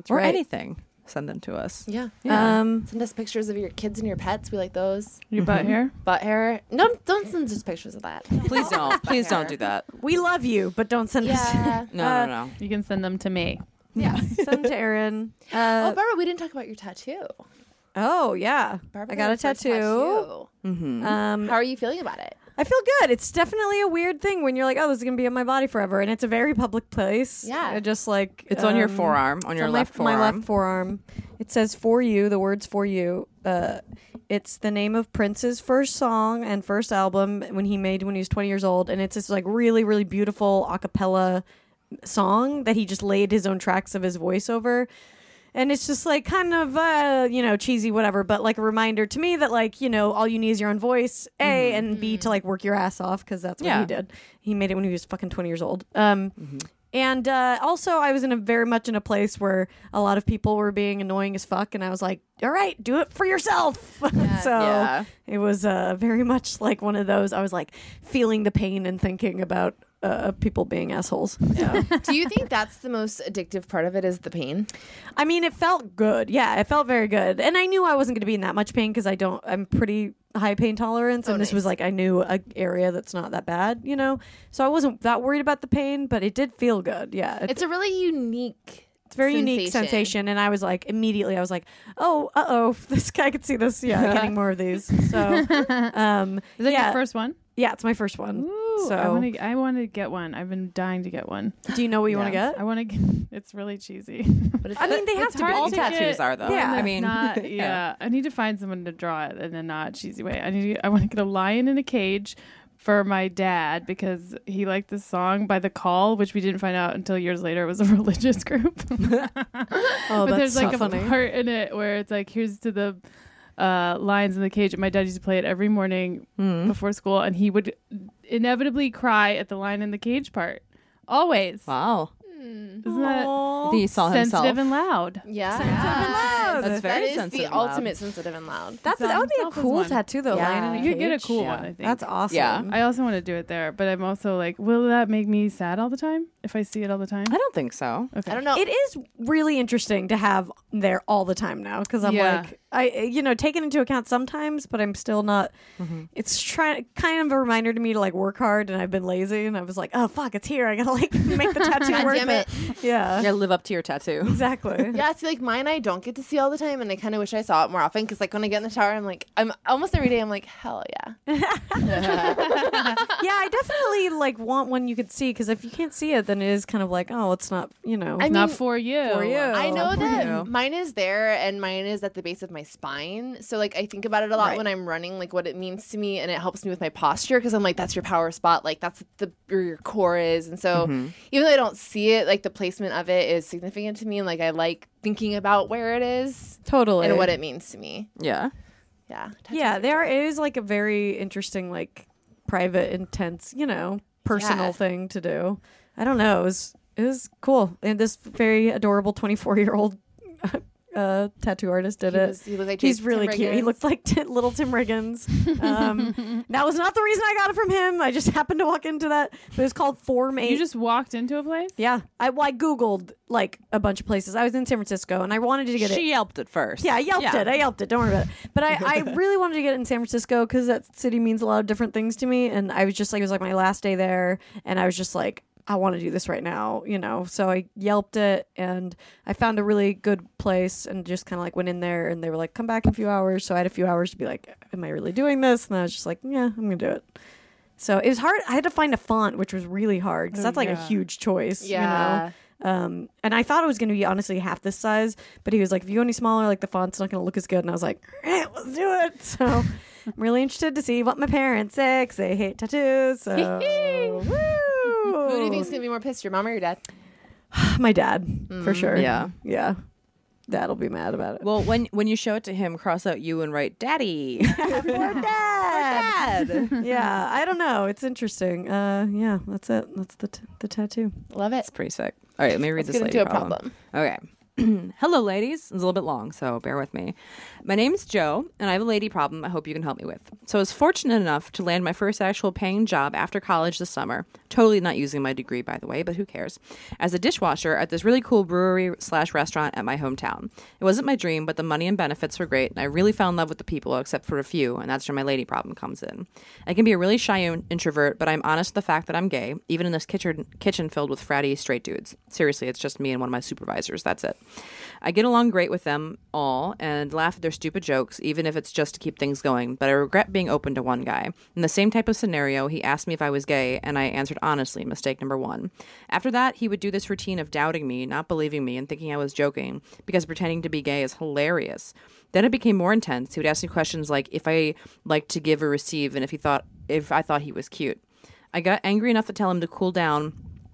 S2: or
S1: right.
S2: anything. Send them to us.
S3: Yeah.
S1: Um,
S3: Send us pictures of your kids and your pets. We like those.
S5: Your butt hair?
S3: Butt hair. No, don't send us pictures of that.
S2: Please don't. Please don't do that.
S1: we love you, but don't send us.
S3: Yeah.
S2: No,
S1: Uh,
S2: no, no.
S5: You can send them to me.
S1: yeah. Send to Aaron.
S3: oh,
S1: Uh,
S3: Barbara, we didn't talk about your tattoo.
S1: oh, yeah.
S3: Barbara,
S1: I got a
S3: your first
S1: tattoo.
S2: Mm-hmm.
S1: Um,
S3: How are you feeling about it?
S1: I feel good. It's definitely a weird thing when you're like, oh, this is gonna be on my body forever, and it's a very public place.
S3: Yeah.
S1: I just like
S2: It's on your
S1: um,
S2: forearm, on
S1: it's
S2: your
S1: on
S2: left
S1: my,
S2: forearm.
S1: My left forearm. It says "for you." The words "for you." Uh, it's the name of Prince's first song and first album when he made when he was 20 years old, and it's this like really really beautiful a cappella song that he just laid his own tracks of his voice over. And it's just like kind of uh, you know cheesy, whatever, but like a reminder to me that like you know all you need is your own voice, a and b to like work your ass off because that's what
S2: Mm-hmm. Yeah. Mm-hmm.
S1: he did. He made it when he was fucking twenty years old. Um, and uh, also, I was in a very much in a place where a lot of people were being annoying as fuck, and I was like, "All right, do it for yourself." so
S2: Yeah.
S1: it was uh, very much like one of those. I was like feeling the pain and thinking about uh, people being assholes. Yeah.
S3: Do you think that's the most addictive part of it is the pain?
S1: I mean, it felt good. Yeah, it felt very good, and I knew I wasn't going to be in that much pain because I don't. I'm pretty high pain tolerance, and this was like I knew a area that's not that bad, you know. So I wasn't that worried about the pain, but it did feel good. Yeah, it
S3: It's a really unique.
S1: It's a very unique sensation, and I was like, immediately, I was like, "Oh, uh oh, this guy could see this. Yeah, getting more of these." So, um,
S5: Is that
S1: yeah,
S5: your first one?
S1: yeah, it's my first one.
S5: Ooh, I
S1: so,
S5: want to. I want to get one. I've been dying to get one.
S1: do you know what you want to
S5: I
S1: get?
S5: want to. get It's really cheesy.
S3: But it's
S1: I mean, they have to be.
S5: hard
S2: All
S5: to
S2: tattoos
S5: get-
S2: are though.
S1: Yeah.
S2: I
S5: It's
S2: mean,
S5: not- yeah. I need to find someone to draw it in a not cheesy way. I need. To, I want to get a lion in a cage for my dad because he liked this song by The Call, which we didn't find out until years later. It was a religious group.
S1: oh,
S5: but
S1: that's
S5: there's
S1: so
S5: like a
S1: funny.
S5: part in it where it's like here's to the uh, lines in the cage. And my dad used to play it every morning
S2: Hmm?
S5: before school, and he would inevitably cry at the line in the cage part. Always.
S2: wow.
S5: Isn't that
S2: He saw himself.
S5: sensitive and loud?
S3: yeah.
S1: loud.
S2: That's
S3: That
S2: very
S3: is
S2: sensitive
S3: the
S2: and loud.
S3: ultimate sensitive and loud.
S1: That's that would be a
S5: Himself is
S1: cool
S5: one.
S1: tattoo though.
S3: Yeah.
S1: lion in a
S5: You could get a
S1: cage.
S5: cool
S2: Yeah.
S5: one. I think
S1: That's awesome.
S2: Yeah.
S5: I also want to do it there, but I'm also like, will that make me sad all the time if I see it all the time?
S2: I don't think so.
S3: I don't know.
S1: it is really interesting to have there all the time now because I'm
S5: Yeah.
S1: like I you know taken into account sometimes, but I'm still not.
S3: Mm-hmm.
S1: It's trying kind of a reminder to me to like work hard, and I've been lazy, and I was like, oh fuck, it's here. I gotta like make the tattoo
S3: God
S1: worth
S3: damn
S1: it. Yeah,
S2: Yeah, live up to your tattoo.
S1: exactly.
S3: yeah, see, like mine, I don't get to see all the time, and I kind of wish I saw it more often. Because like when I get in the shower, I'm like, I'm almost every day, I'm like, hell yeah.
S1: yeah, I definitely like want one you could see because if you can't see it, then it is kind of like oh, it's not you know.
S3: I
S5: Not
S3: mean,
S5: for you.
S1: for you.
S3: I know that
S2: you.
S3: mine is there and mine is at the base of my spine. So like I think about it a lot
S1: Right.
S3: when I'm running, like what it means to me, and it helps me with my posture because I'm like, that's your power spot, like that's the where your core is. And so even though I don't see it, like the placement of it is significant to me, and like I like thinking about where it is
S1: totally
S3: and what it means to me.
S2: Yeah.
S3: Yeah, Tattoos
S1: yeah,
S3: are
S1: there is like a very interesting like private, intense, you know, personal
S3: Yeah.
S1: thing to do. I don't know. It was it was cool, and this very adorable twenty four year old. Uh, tattoo artist did
S3: He
S1: it.
S3: was- he looked like
S1: He's
S3: Tim
S1: really cute. He
S3: Riggins.
S1: looked like t- little Tim Riggins. Um, that was not the reason I got it from him. I just happened to walk into that. But it was called Form Eight.
S5: You just walked into a place?
S1: yeah. I well, I googled like a bunch of places. I was in San Francisco and I wanted to get it.
S2: She yelped at first.
S1: Yeah, I yelped it. I yelped it. Don't worry about it. But I, I really wanted to get it in San Francisco because that city means a lot of different things to me. And I was just like, it was like my last day there. And I was just like, I want to do this right now, you know? So I yelped it and I found a really good place and just kind of like went in there and they were like, come back in a few hours. So I had a few hours to be like, am I really doing this? And I was just like, yeah, I'm going to do it. So it was hard. I had to find a font, which was really hard because that's like a
S5: yeah.
S1: huge choice. You
S3: Yeah.
S1: know? Um, and I thought it was going to be honestly half this size, but he was like, if you go any smaller, like the font's not going to look as good. And I was like, all right, let's do it. So I'm really interested to see what my parents say 'cause they hate tattoos. So, woo!
S3: Who do you think's gonna Mm, be more pissed, your mom or your dad?
S1: my dad, for sure.
S2: yeah.
S1: Yeah. Dad'll be mad about it.
S2: Well, when when you show it to him, cross out you and write daddy. dad.
S1: yeah, I don't know. It's interesting. Uh, yeah, that's it. That's the t- the tattoo.
S3: Love it.
S2: That's pretty sick. All right, let me read
S3: Let's
S2: this
S3: get
S2: lady
S3: into a
S2: problem.
S3: problem.
S2: Okay. Hello, ladies. It's a little bit long, so bear with me. My name's Joe, and I have a lady problem I hope you can help me with. So, I was fortunate enough to land my first actual paying job after college this summer. Totally not using my degree, by the way, but who cares? As a dishwasher at this really cool brewery slash restaurant at my hometown. It wasn't my dream, but the money and benefits were great, and I really fell in love with the people, except for a few, and that's where my lady problem comes in. I can be a really shy in- introvert, but I'm honest with the fact that I'm gay, even in this kitchen kitchen filled with fratty straight dudes. Seriously, it's just me and one of my supervisors. That's it. I get along great with them all and laugh at their stupid jokes, even if it's just to keep things going. But I regret being open to one guy. In the same type of scenario, he asked me if I was gay, and I answered honestly, mistake number one. After that, he would do this routine of doubting me, not believing me, and thinking I was joking because pretending to be gay is hilarious. Then it became more intense. He would ask me questions like if I liked to give or receive, and if he thought if I thought he was cute. I got angry enough to tell him to cool down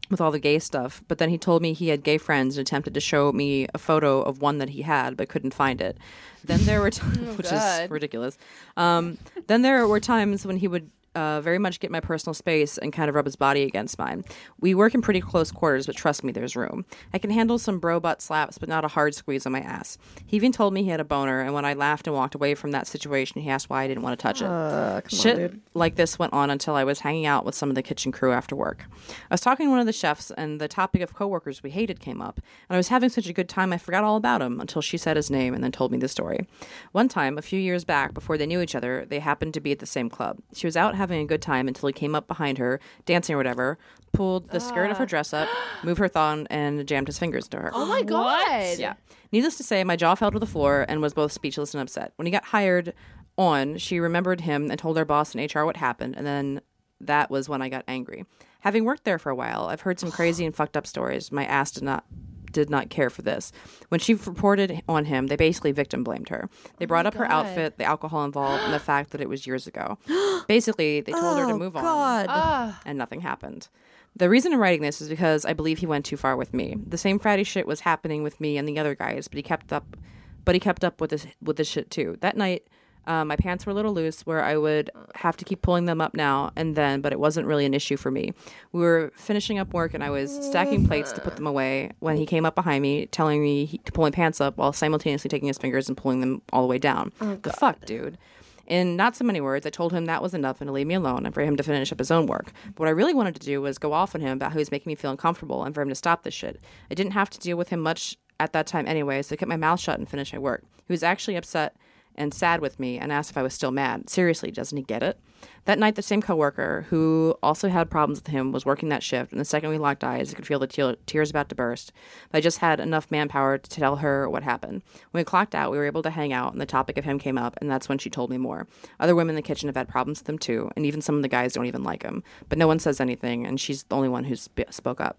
S2: with all the gay stuff, but then he told me he had gay friends and attempted to show me a photo of one that he had but couldn't find it. Then there were t- which is
S3: God.
S2: ridiculous. Um, then there were times when he would uh, very much get my personal space and kind of rub his body against mine. We work in pretty close quarters, but trust me, there's room. I can handle some bro butt slaps, but not a hard squeeze on my ass. He even told me he had a boner, and when I laughed and walked away from that situation, he asked why I didn't want to touch it.
S1: Oh.
S3: Uh,
S2: Shit like this went on until I was hanging out with some of the kitchen crew after work. I was talking to one of the chefs, and the topic of coworkers we hated came up, and I was having such a good time I forgot all about him until she said his name and then told me the story. One time, a few years back, before they knew each other, they happened to be at the same club. She was out having a good time until he came up behind her, dancing or whatever, pulled the skirt of her dress up, moved her thong, and jammed his fingers to her.
S3: Ah. Oh my god.
S2: Yeah. Needless to say, my jaw fell to the floor and was both speechless and upset. When he got hired on, she remembered him and told our boss and HR what happened, and then that was when I got angry. Having worked there for a while, I've heard some crazy and fucked up stories. My ass did not did not care for this. When she reported on him, they basically victim blamed her. They brought up her outfit, the alcohol involved, and the fact that it was years ago. basically, they told her to move on
S1: God.
S2: and nothing happened. The reason I'm writing this is because I believe he went too far with me. The same Friday shit was happening with me and the other guys, but he kept up, but he kept up with this with this shit too. That night, uh, my pants were a little loose, where I would have to keep pulling them up now and then, but it wasn't really an issue for me. We were finishing up work, and I was stacking plates to put them away when he came up behind me, telling me he, to pull my pants up while simultaneously taking his fingers and pulling them all the way down. the fuck, dude. In not so many words, I told him that was enough and to leave me alone and for him to finish up his own work. But what I really wanted to do was go off on him about how he was making me feel uncomfortable and for him to stop this shit. I didn't have to deal with him much at that time anyway, so I kept my mouth shut and finished my work. He was actually upset and sad with me and asked if I was still mad. Seriously, doesn't he get it? That night, the same coworker who also had problems with him was working that shift, and the second we locked eyes, I could feel the te- tears about to burst. But I just had enough manpower to tell her what happened. When we clocked out, we were able to hang out, and the topic of him came up, and that's when she told me more. Other women in the kitchen have had problems with him too, and even some of the guys don't even like him. But no one says anything, and she's the only one who sp- spoke up.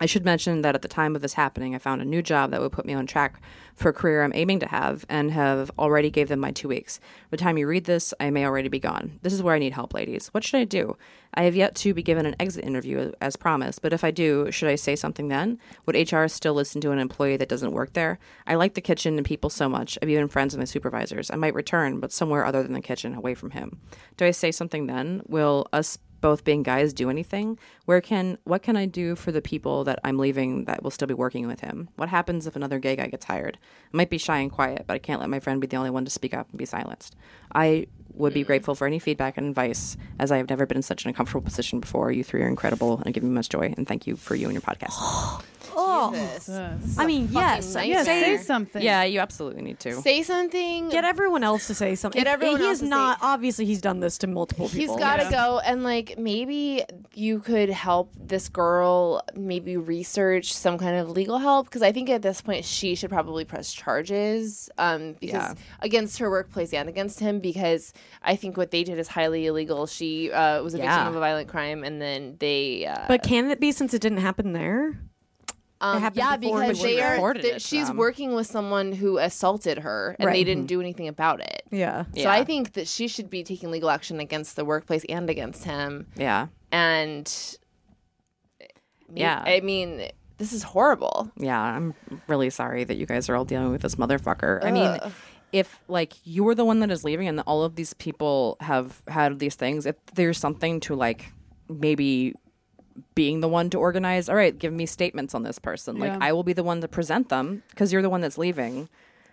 S2: I should mention that at the time of this happening, I found a new job that would put me on track for a career I'm aiming to have and have already gave them my two weeks. By the time you read this, I may already be gone. This is where I need help, ladies. What should I do? I have yet to be given an exit interview as promised, but if I do, should I say something then? Would HR still listen to an employee that doesn't work there? I like the kitchen and people so much. I've even friends with my supervisors. I might return, but somewhere other than the kitchen, away from him. Do I say something then? Will us both being guys do anything where can what can i do for the people that i'm leaving that will still be working with him what happens if another gay guy gets hired i might be shy and quiet but i can't let my friend be the only one to speak up and be silenced i would be grateful for any feedback and advice as i have never been in such an uncomfortable position before you three are incredible and give me much joy and thank you for you and your podcast
S1: oh,
S3: Jesus.
S1: I mean, yes.
S3: fucking
S1: yes,
S3: nightmare.
S1: say-
S5: Say something.
S2: yeah you absolutely need to
S3: Say something.
S1: Get everyone else to say something.
S3: Get everyone
S1: he
S3: else
S1: is
S3: to
S1: not. Obviously, he's done this to multiple
S3: He's
S1: people.
S3: got to go and like maybe you could help this girl maybe research some kind of legal help because I think at this point she should probably press charges um because
S2: Yeah.
S3: against her workplace and against him because I think what they did is highly illegal. She uh, was a
S2: Yeah.
S3: victim of a violent crime and then they uh,
S1: But can it be since it didn't happen there?
S3: Um,
S6: happened
S3: yeah,
S6: before
S3: because
S6: we
S3: they are,
S2: recorded
S3: th-
S2: it,
S3: she's
S2: um.
S3: working with someone who assaulted her and they didn't do anything about it.
S1: Yeah.
S3: So
S2: Mm-hmm. Yeah.
S3: I think that she should be taking legal action against the workplace and against him.
S2: Yeah.
S3: And
S2: Yeah.
S3: I mean, this is horrible.
S2: Yeah, I'm really sorry that you guys are all dealing with this motherfucker. I mean, if like you're the one that is leaving and all of these people have had these things, if there's something to like maybe being the one to organize, all right, give me statements on this person. Like
S5: Yeah.
S2: I will be the one to present them because you're the one that's leaving.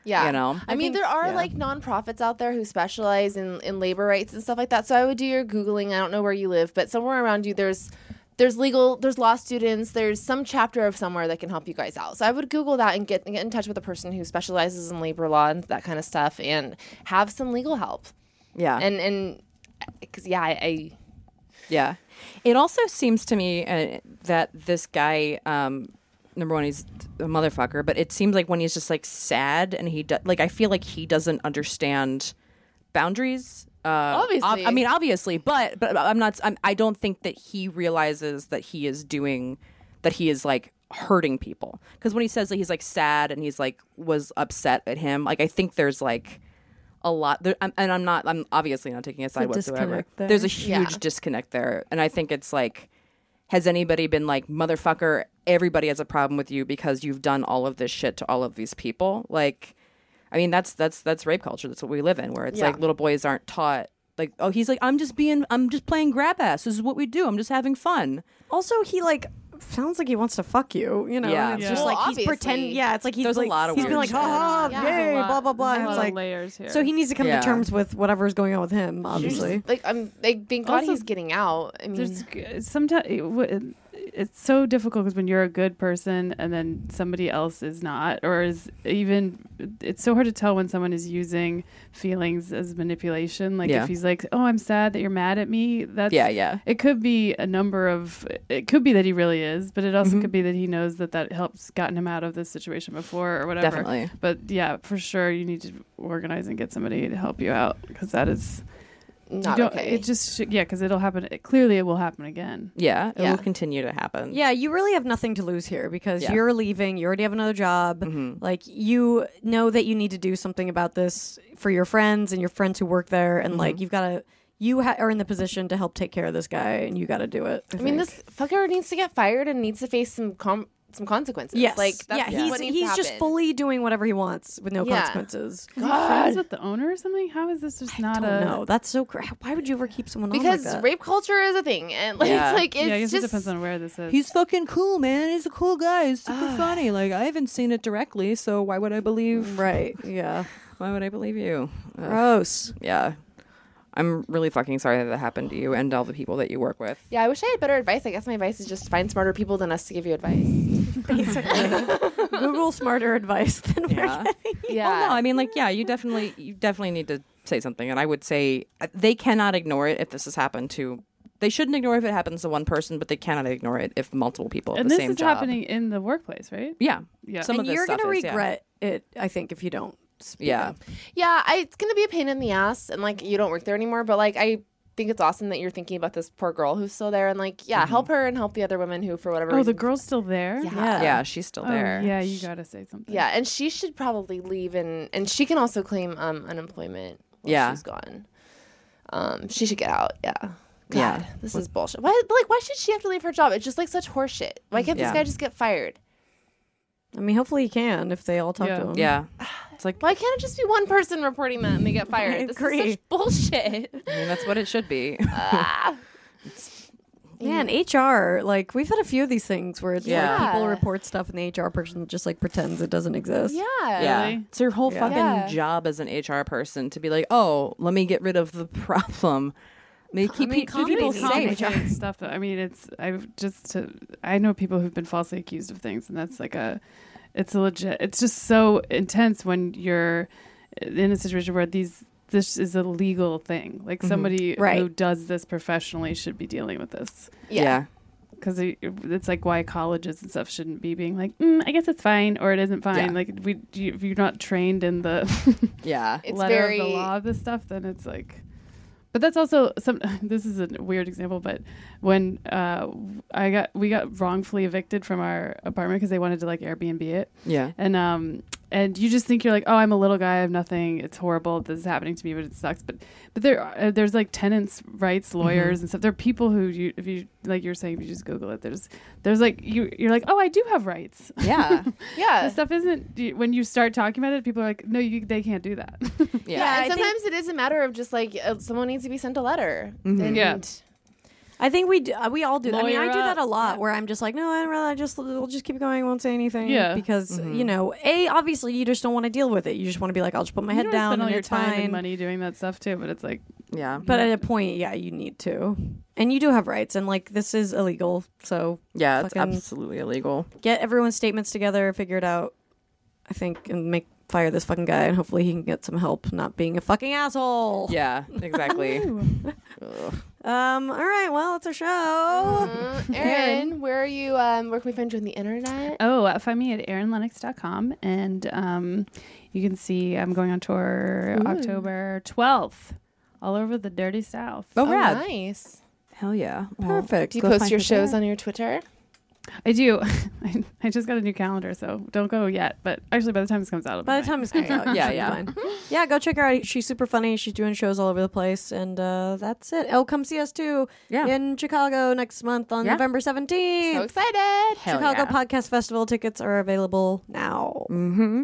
S3: Yeah.
S2: You know?
S3: I, mean, there are like nonprofits out there who specialize in, in labor rights and stuff like that. So I would do your Googling. I don't know where you live, but somewhere around you, there's there's legal, there's law students, there's some chapter of somewhere that can help you guys out. So I would Google that and get, and get in touch with a person who specializes in labor law and that kind of stuff and have some legal help.
S2: Yeah.
S3: And, and, because, yeah, I, I
S2: Yeah. It also seems to me uh, that this guy, um, number one, he's a motherfucker, but it seems like when he's just like sad and he, do- like, I feel like he doesn't understand boundaries. Uh,
S3: Obviously.
S2: I mean, obviously, but but I'm not. I'm, I don't think that he realizes that he is doing, that he is like hurting people. Because when he says that he's like sad and he's like was upset at him, like I think there's like a lot there, I'm, and i'm not i'm obviously not taking a side whatsoever
S1: disconnect there.
S2: there's a huge disconnect there and i think it's like has anybody been like motherfucker everybody has a problem with you because you've done all of this shit to all of these people like i mean that's that's that's rape culture that's what we live in where it's like little boys aren't taught like oh he's like i'm just being i'm just playing grab ass this is what we do i'm just having fun
S1: Also, he like sounds like he wants to fuck you. You know,
S2: Yeah.
S1: and it's
S5: Yeah.
S1: just
S5: Well,
S1: like he's
S3: obviously.
S1: pretending. Yeah, it's like he's
S2: There's a
S1: like,
S2: lot of
S1: he's been
S2: weird
S1: like,
S2: shit.
S1: ha ha,
S3: Yeah.
S1: gay,
S5: There's a lot-
S1: Oh, blah blah blah.
S5: there's
S1: And
S5: a
S1: it's
S5: lot of
S1: like
S5: layers here.
S1: so he needs to come
S2: Yeah.
S1: to terms with whatever's going on with him. Obviously,
S3: like, I'm, like, thank God
S5: Also,
S3: he's getting out. I mean,
S5: There's sometimes it's so difficult because when you're a good person and then somebody else is not, or is even it's so hard to tell when someone is using feelings as manipulation. Like
S2: Yeah.
S5: if he's like, "Oh, I'm sad that you're mad at me," that's
S2: yeah yeah
S5: It could be a number of. It could be that he really is, but it also
S2: Mm-hmm.
S5: could be that he knows that that helps gotten him out of this situation before or whatever.
S2: Definitely.
S5: But yeah, for sure, you need to organize and get somebody to help you out because that is
S3: not
S5: you don't-
S3: okay.
S5: It just should, yeah, because it'll happen. It, clearly, it will happen again.
S2: yeah it
S3: Yeah.
S2: will continue to happen
S1: yeah, you really have nothing to lose here because
S2: Yeah. Mm-hmm.
S1: you're leaving. You already have another job. Like you know that you need to do something about this for your friends and your friends who work there, and like you've got to. You ha- are in the position to help take care of this guy, and you got to do it. I,
S3: I mean,
S1: think.
S3: this fucker needs to get fired and needs to face some com- some consequences.
S1: Yes.
S3: like that's
S1: yeah, he's
S3: what needs to
S1: he's just
S3: happen.
S1: fully doing whatever he wants with no
S3: Yeah.
S1: consequences. Oh,
S5: Is he friends with the owner or something? How is this just not a?
S1: no, that's so. Cr- why would you ever keep someone
S3: because
S1: on like that?
S3: rape culture is a thing, and like
S2: Yeah.
S3: it's like it's
S5: yeah, I guess
S3: just
S5: it depends on where this is.
S2: He's fucking cool, man. He's a cool guy. He's super funny. Like I haven't seen it directly, so why would I believe?
S1: right? Yeah,
S2: Why would I believe you? Ugh.
S1: gross.
S2: yeah. I'm really fucking sorry that that happened to you and all the people that you work with.
S3: yeah. I wish I had better advice. I guess my advice is just find smarter people than us to give you advice.
S1: Google smarter advice than we're
S2: Yeah.
S1: getting.
S3: Yeah,
S2: Well, no, I mean, like, yeah, you definitely, you definitely need to say something, and I would say uh, they cannot ignore it if this has happened to. They shouldn't ignore if it happens to one person, but they cannot ignore it if multiple people at
S5: and
S2: the
S5: this
S2: same
S5: is
S2: job.
S5: happening in the workplace, right?
S2: Yeah,
S5: Yeah.
S2: Some of
S1: And
S2: this
S1: you're
S2: stuff
S1: gonna
S2: is, yeah.
S1: regret it, I think, if you don't. Speak
S2: Yeah.
S1: up.
S3: yeah. I, it's gonna be a pain in the ass, and like you don't work there anymore. But like I think it's awesome that you're thinking about this poor girl who's still there, and like yeah, help her and help the other women who for whatever.
S5: Mm-hmm. Oh, the
S3: reason-
S5: girl's still there.
S3: Yeah.
S1: Yeah.
S2: yeah, she's still
S5: Oh,
S2: there.
S5: yeah, you gotta say something.
S3: Yeah, and she should probably leave, and and she can also claim um unemployment. While
S2: Yeah.
S3: she's gone. Um, she should get out. Yeah. God,
S2: Yeah.
S3: this is bullshit. Why, like, why should she have to leave her job? It's just like such horseshit. Why can't
S2: Yeah.
S3: this guy just get fired?
S1: I mean, hopefully you can if they all talk
S5: Yeah.
S1: to him.
S2: Yeah, it's like
S3: Why can't it just be one person reporting that and they get fired? This is
S1: agree.
S3: such bullshit.
S2: I mean, that's what it should be.
S3: Ah.
S1: Man, HR, like we've had a few of these things where it's
S2: Yeah.
S1: like people
S3: Yeah.
S1: report stuff and the HR person just like pretends it doesn't exist.
S3: yeah.
S2: Yeah. It's your whole fucking
S3: Yeah.
S2: job as an HR person to be like, oh, let me get rid of the problem. Let me keep
S1: mean,
S2: pe- keep people
S1: comedy's
S2: safe.
S1: complicated.
S5: complicated stuff. I mean, it's I've just to, I know people who've been falsely accused of things, and that's like a it's a legit. It's just so intense when you're in a situation where these this is a legal thing. Like
S2: Mm-hmm.
S5: somebody who
S1: Right.
S5: does this professionally should be dealing with this
S3: Yeah.
S5: because it's like why colleges and stuff shouldn't be being like mm, I guess it's fine or it isn't fine.
S2: Yeah.
S5: Like we you, if you're not trained in the
S2: Yeah. Yeah.
S3: It's
S5: letter
S3: very.
S5: of the law of this stuff, then it's like. But that's also some. This is a weird example, but when uh, I got we got wrongfully evicted from our apartment because they wanted to like Airbnb it,
S2: Yeah.
S5: and um and you just think you're like oh i'm a little guy i have nothing it's horrible this is happening to me but it sucks but but there uh, there's like tenants rights
S3: Mm-hmm.
S5: lawyers and stuff there are people who you if you like you're saying if you just google it there's there's like you you're like oh i do have rights
S2: Yeah.
S3: Yeah.
S5: this stuff isn't you- when you start talking about it people are like no you they can't do that
S2: Yeah.
S3: Yeah, and
S1: I think-
S3: sometimes it is a matter of just like uh, someone needs to be sent a letter.
S2: Mm-hmm.
S3: And
S5: Yeah.
S1: I think we do, we all do. I mean, I
S5: Lawyer
S1: do that
S5: up.
S1: a lot where I'm just like, no, I'd rather I just we'll just keep going, won't say anything.
S5: Yeah.
S1: because you know, a obviously you just don't want to deal with it. You just want to be like, I'll just put my
S5: you
S1: head
S5: don't
S1: down
S5: spend all
S1: and
S5: your
S1: it's
S5: time
S1: fine.
S5: and money doing that stuff too but it's like
S2: Yeah.
S1: But at a point, yeah, you need to, and you do have rights, and like this is illegal, so
S2: Yeah, it's
S1: Fucking-
S2: absolutely illegal.
S1: get everyone's statements together, figure it out. I think and make fire this fucking guy, and hopefully he can get some help not being a fucking asshole.
S2: Yeah, exactly. Ugh.
S1: Um. All right. Well, it's a show.
S3: Uh-huh.
S2: Oh.
S3: Aaron, where are you? Um, where can we find you on the internet?
S5: Oh, uh, find me at aaronlennox.com. And um, you can see I'm going on tour October 12th all over the dirty South.
S2: Oh,
S3: Oh,
S2: rad.
S3: nice.
S2: Hell yeah. Well,
S1: Perfect.
S3: Do you
S2: go
S3: post
S2: find
S3: your
S2: me
S3: shows
S2: there.
S3: on your Twitter?
S5: I do. I, I just got a new calendar, so don't go yet. But actually, by the time this comes out, it'll be
S1: By the
S5: fine.
S1: time this comes out, yeah,
S2: Yeah, yeah.
S1: yeah, yeah. Go check her out. She's super funny. She's doing shows all over the place, and uh, that's it. Oh, come see us too
S2: Yeah.
S1: in Chicago next month on
S2: Yeah.
S1: November seventeenth.
S3: So excited.
S2: Hell
S1: Chicago
S2: yeah.
S1: Podcast Festival tickets are available now.
S2: Mm-hmm.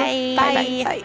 S6: Bye.
S1: Bye. Bye. Bye.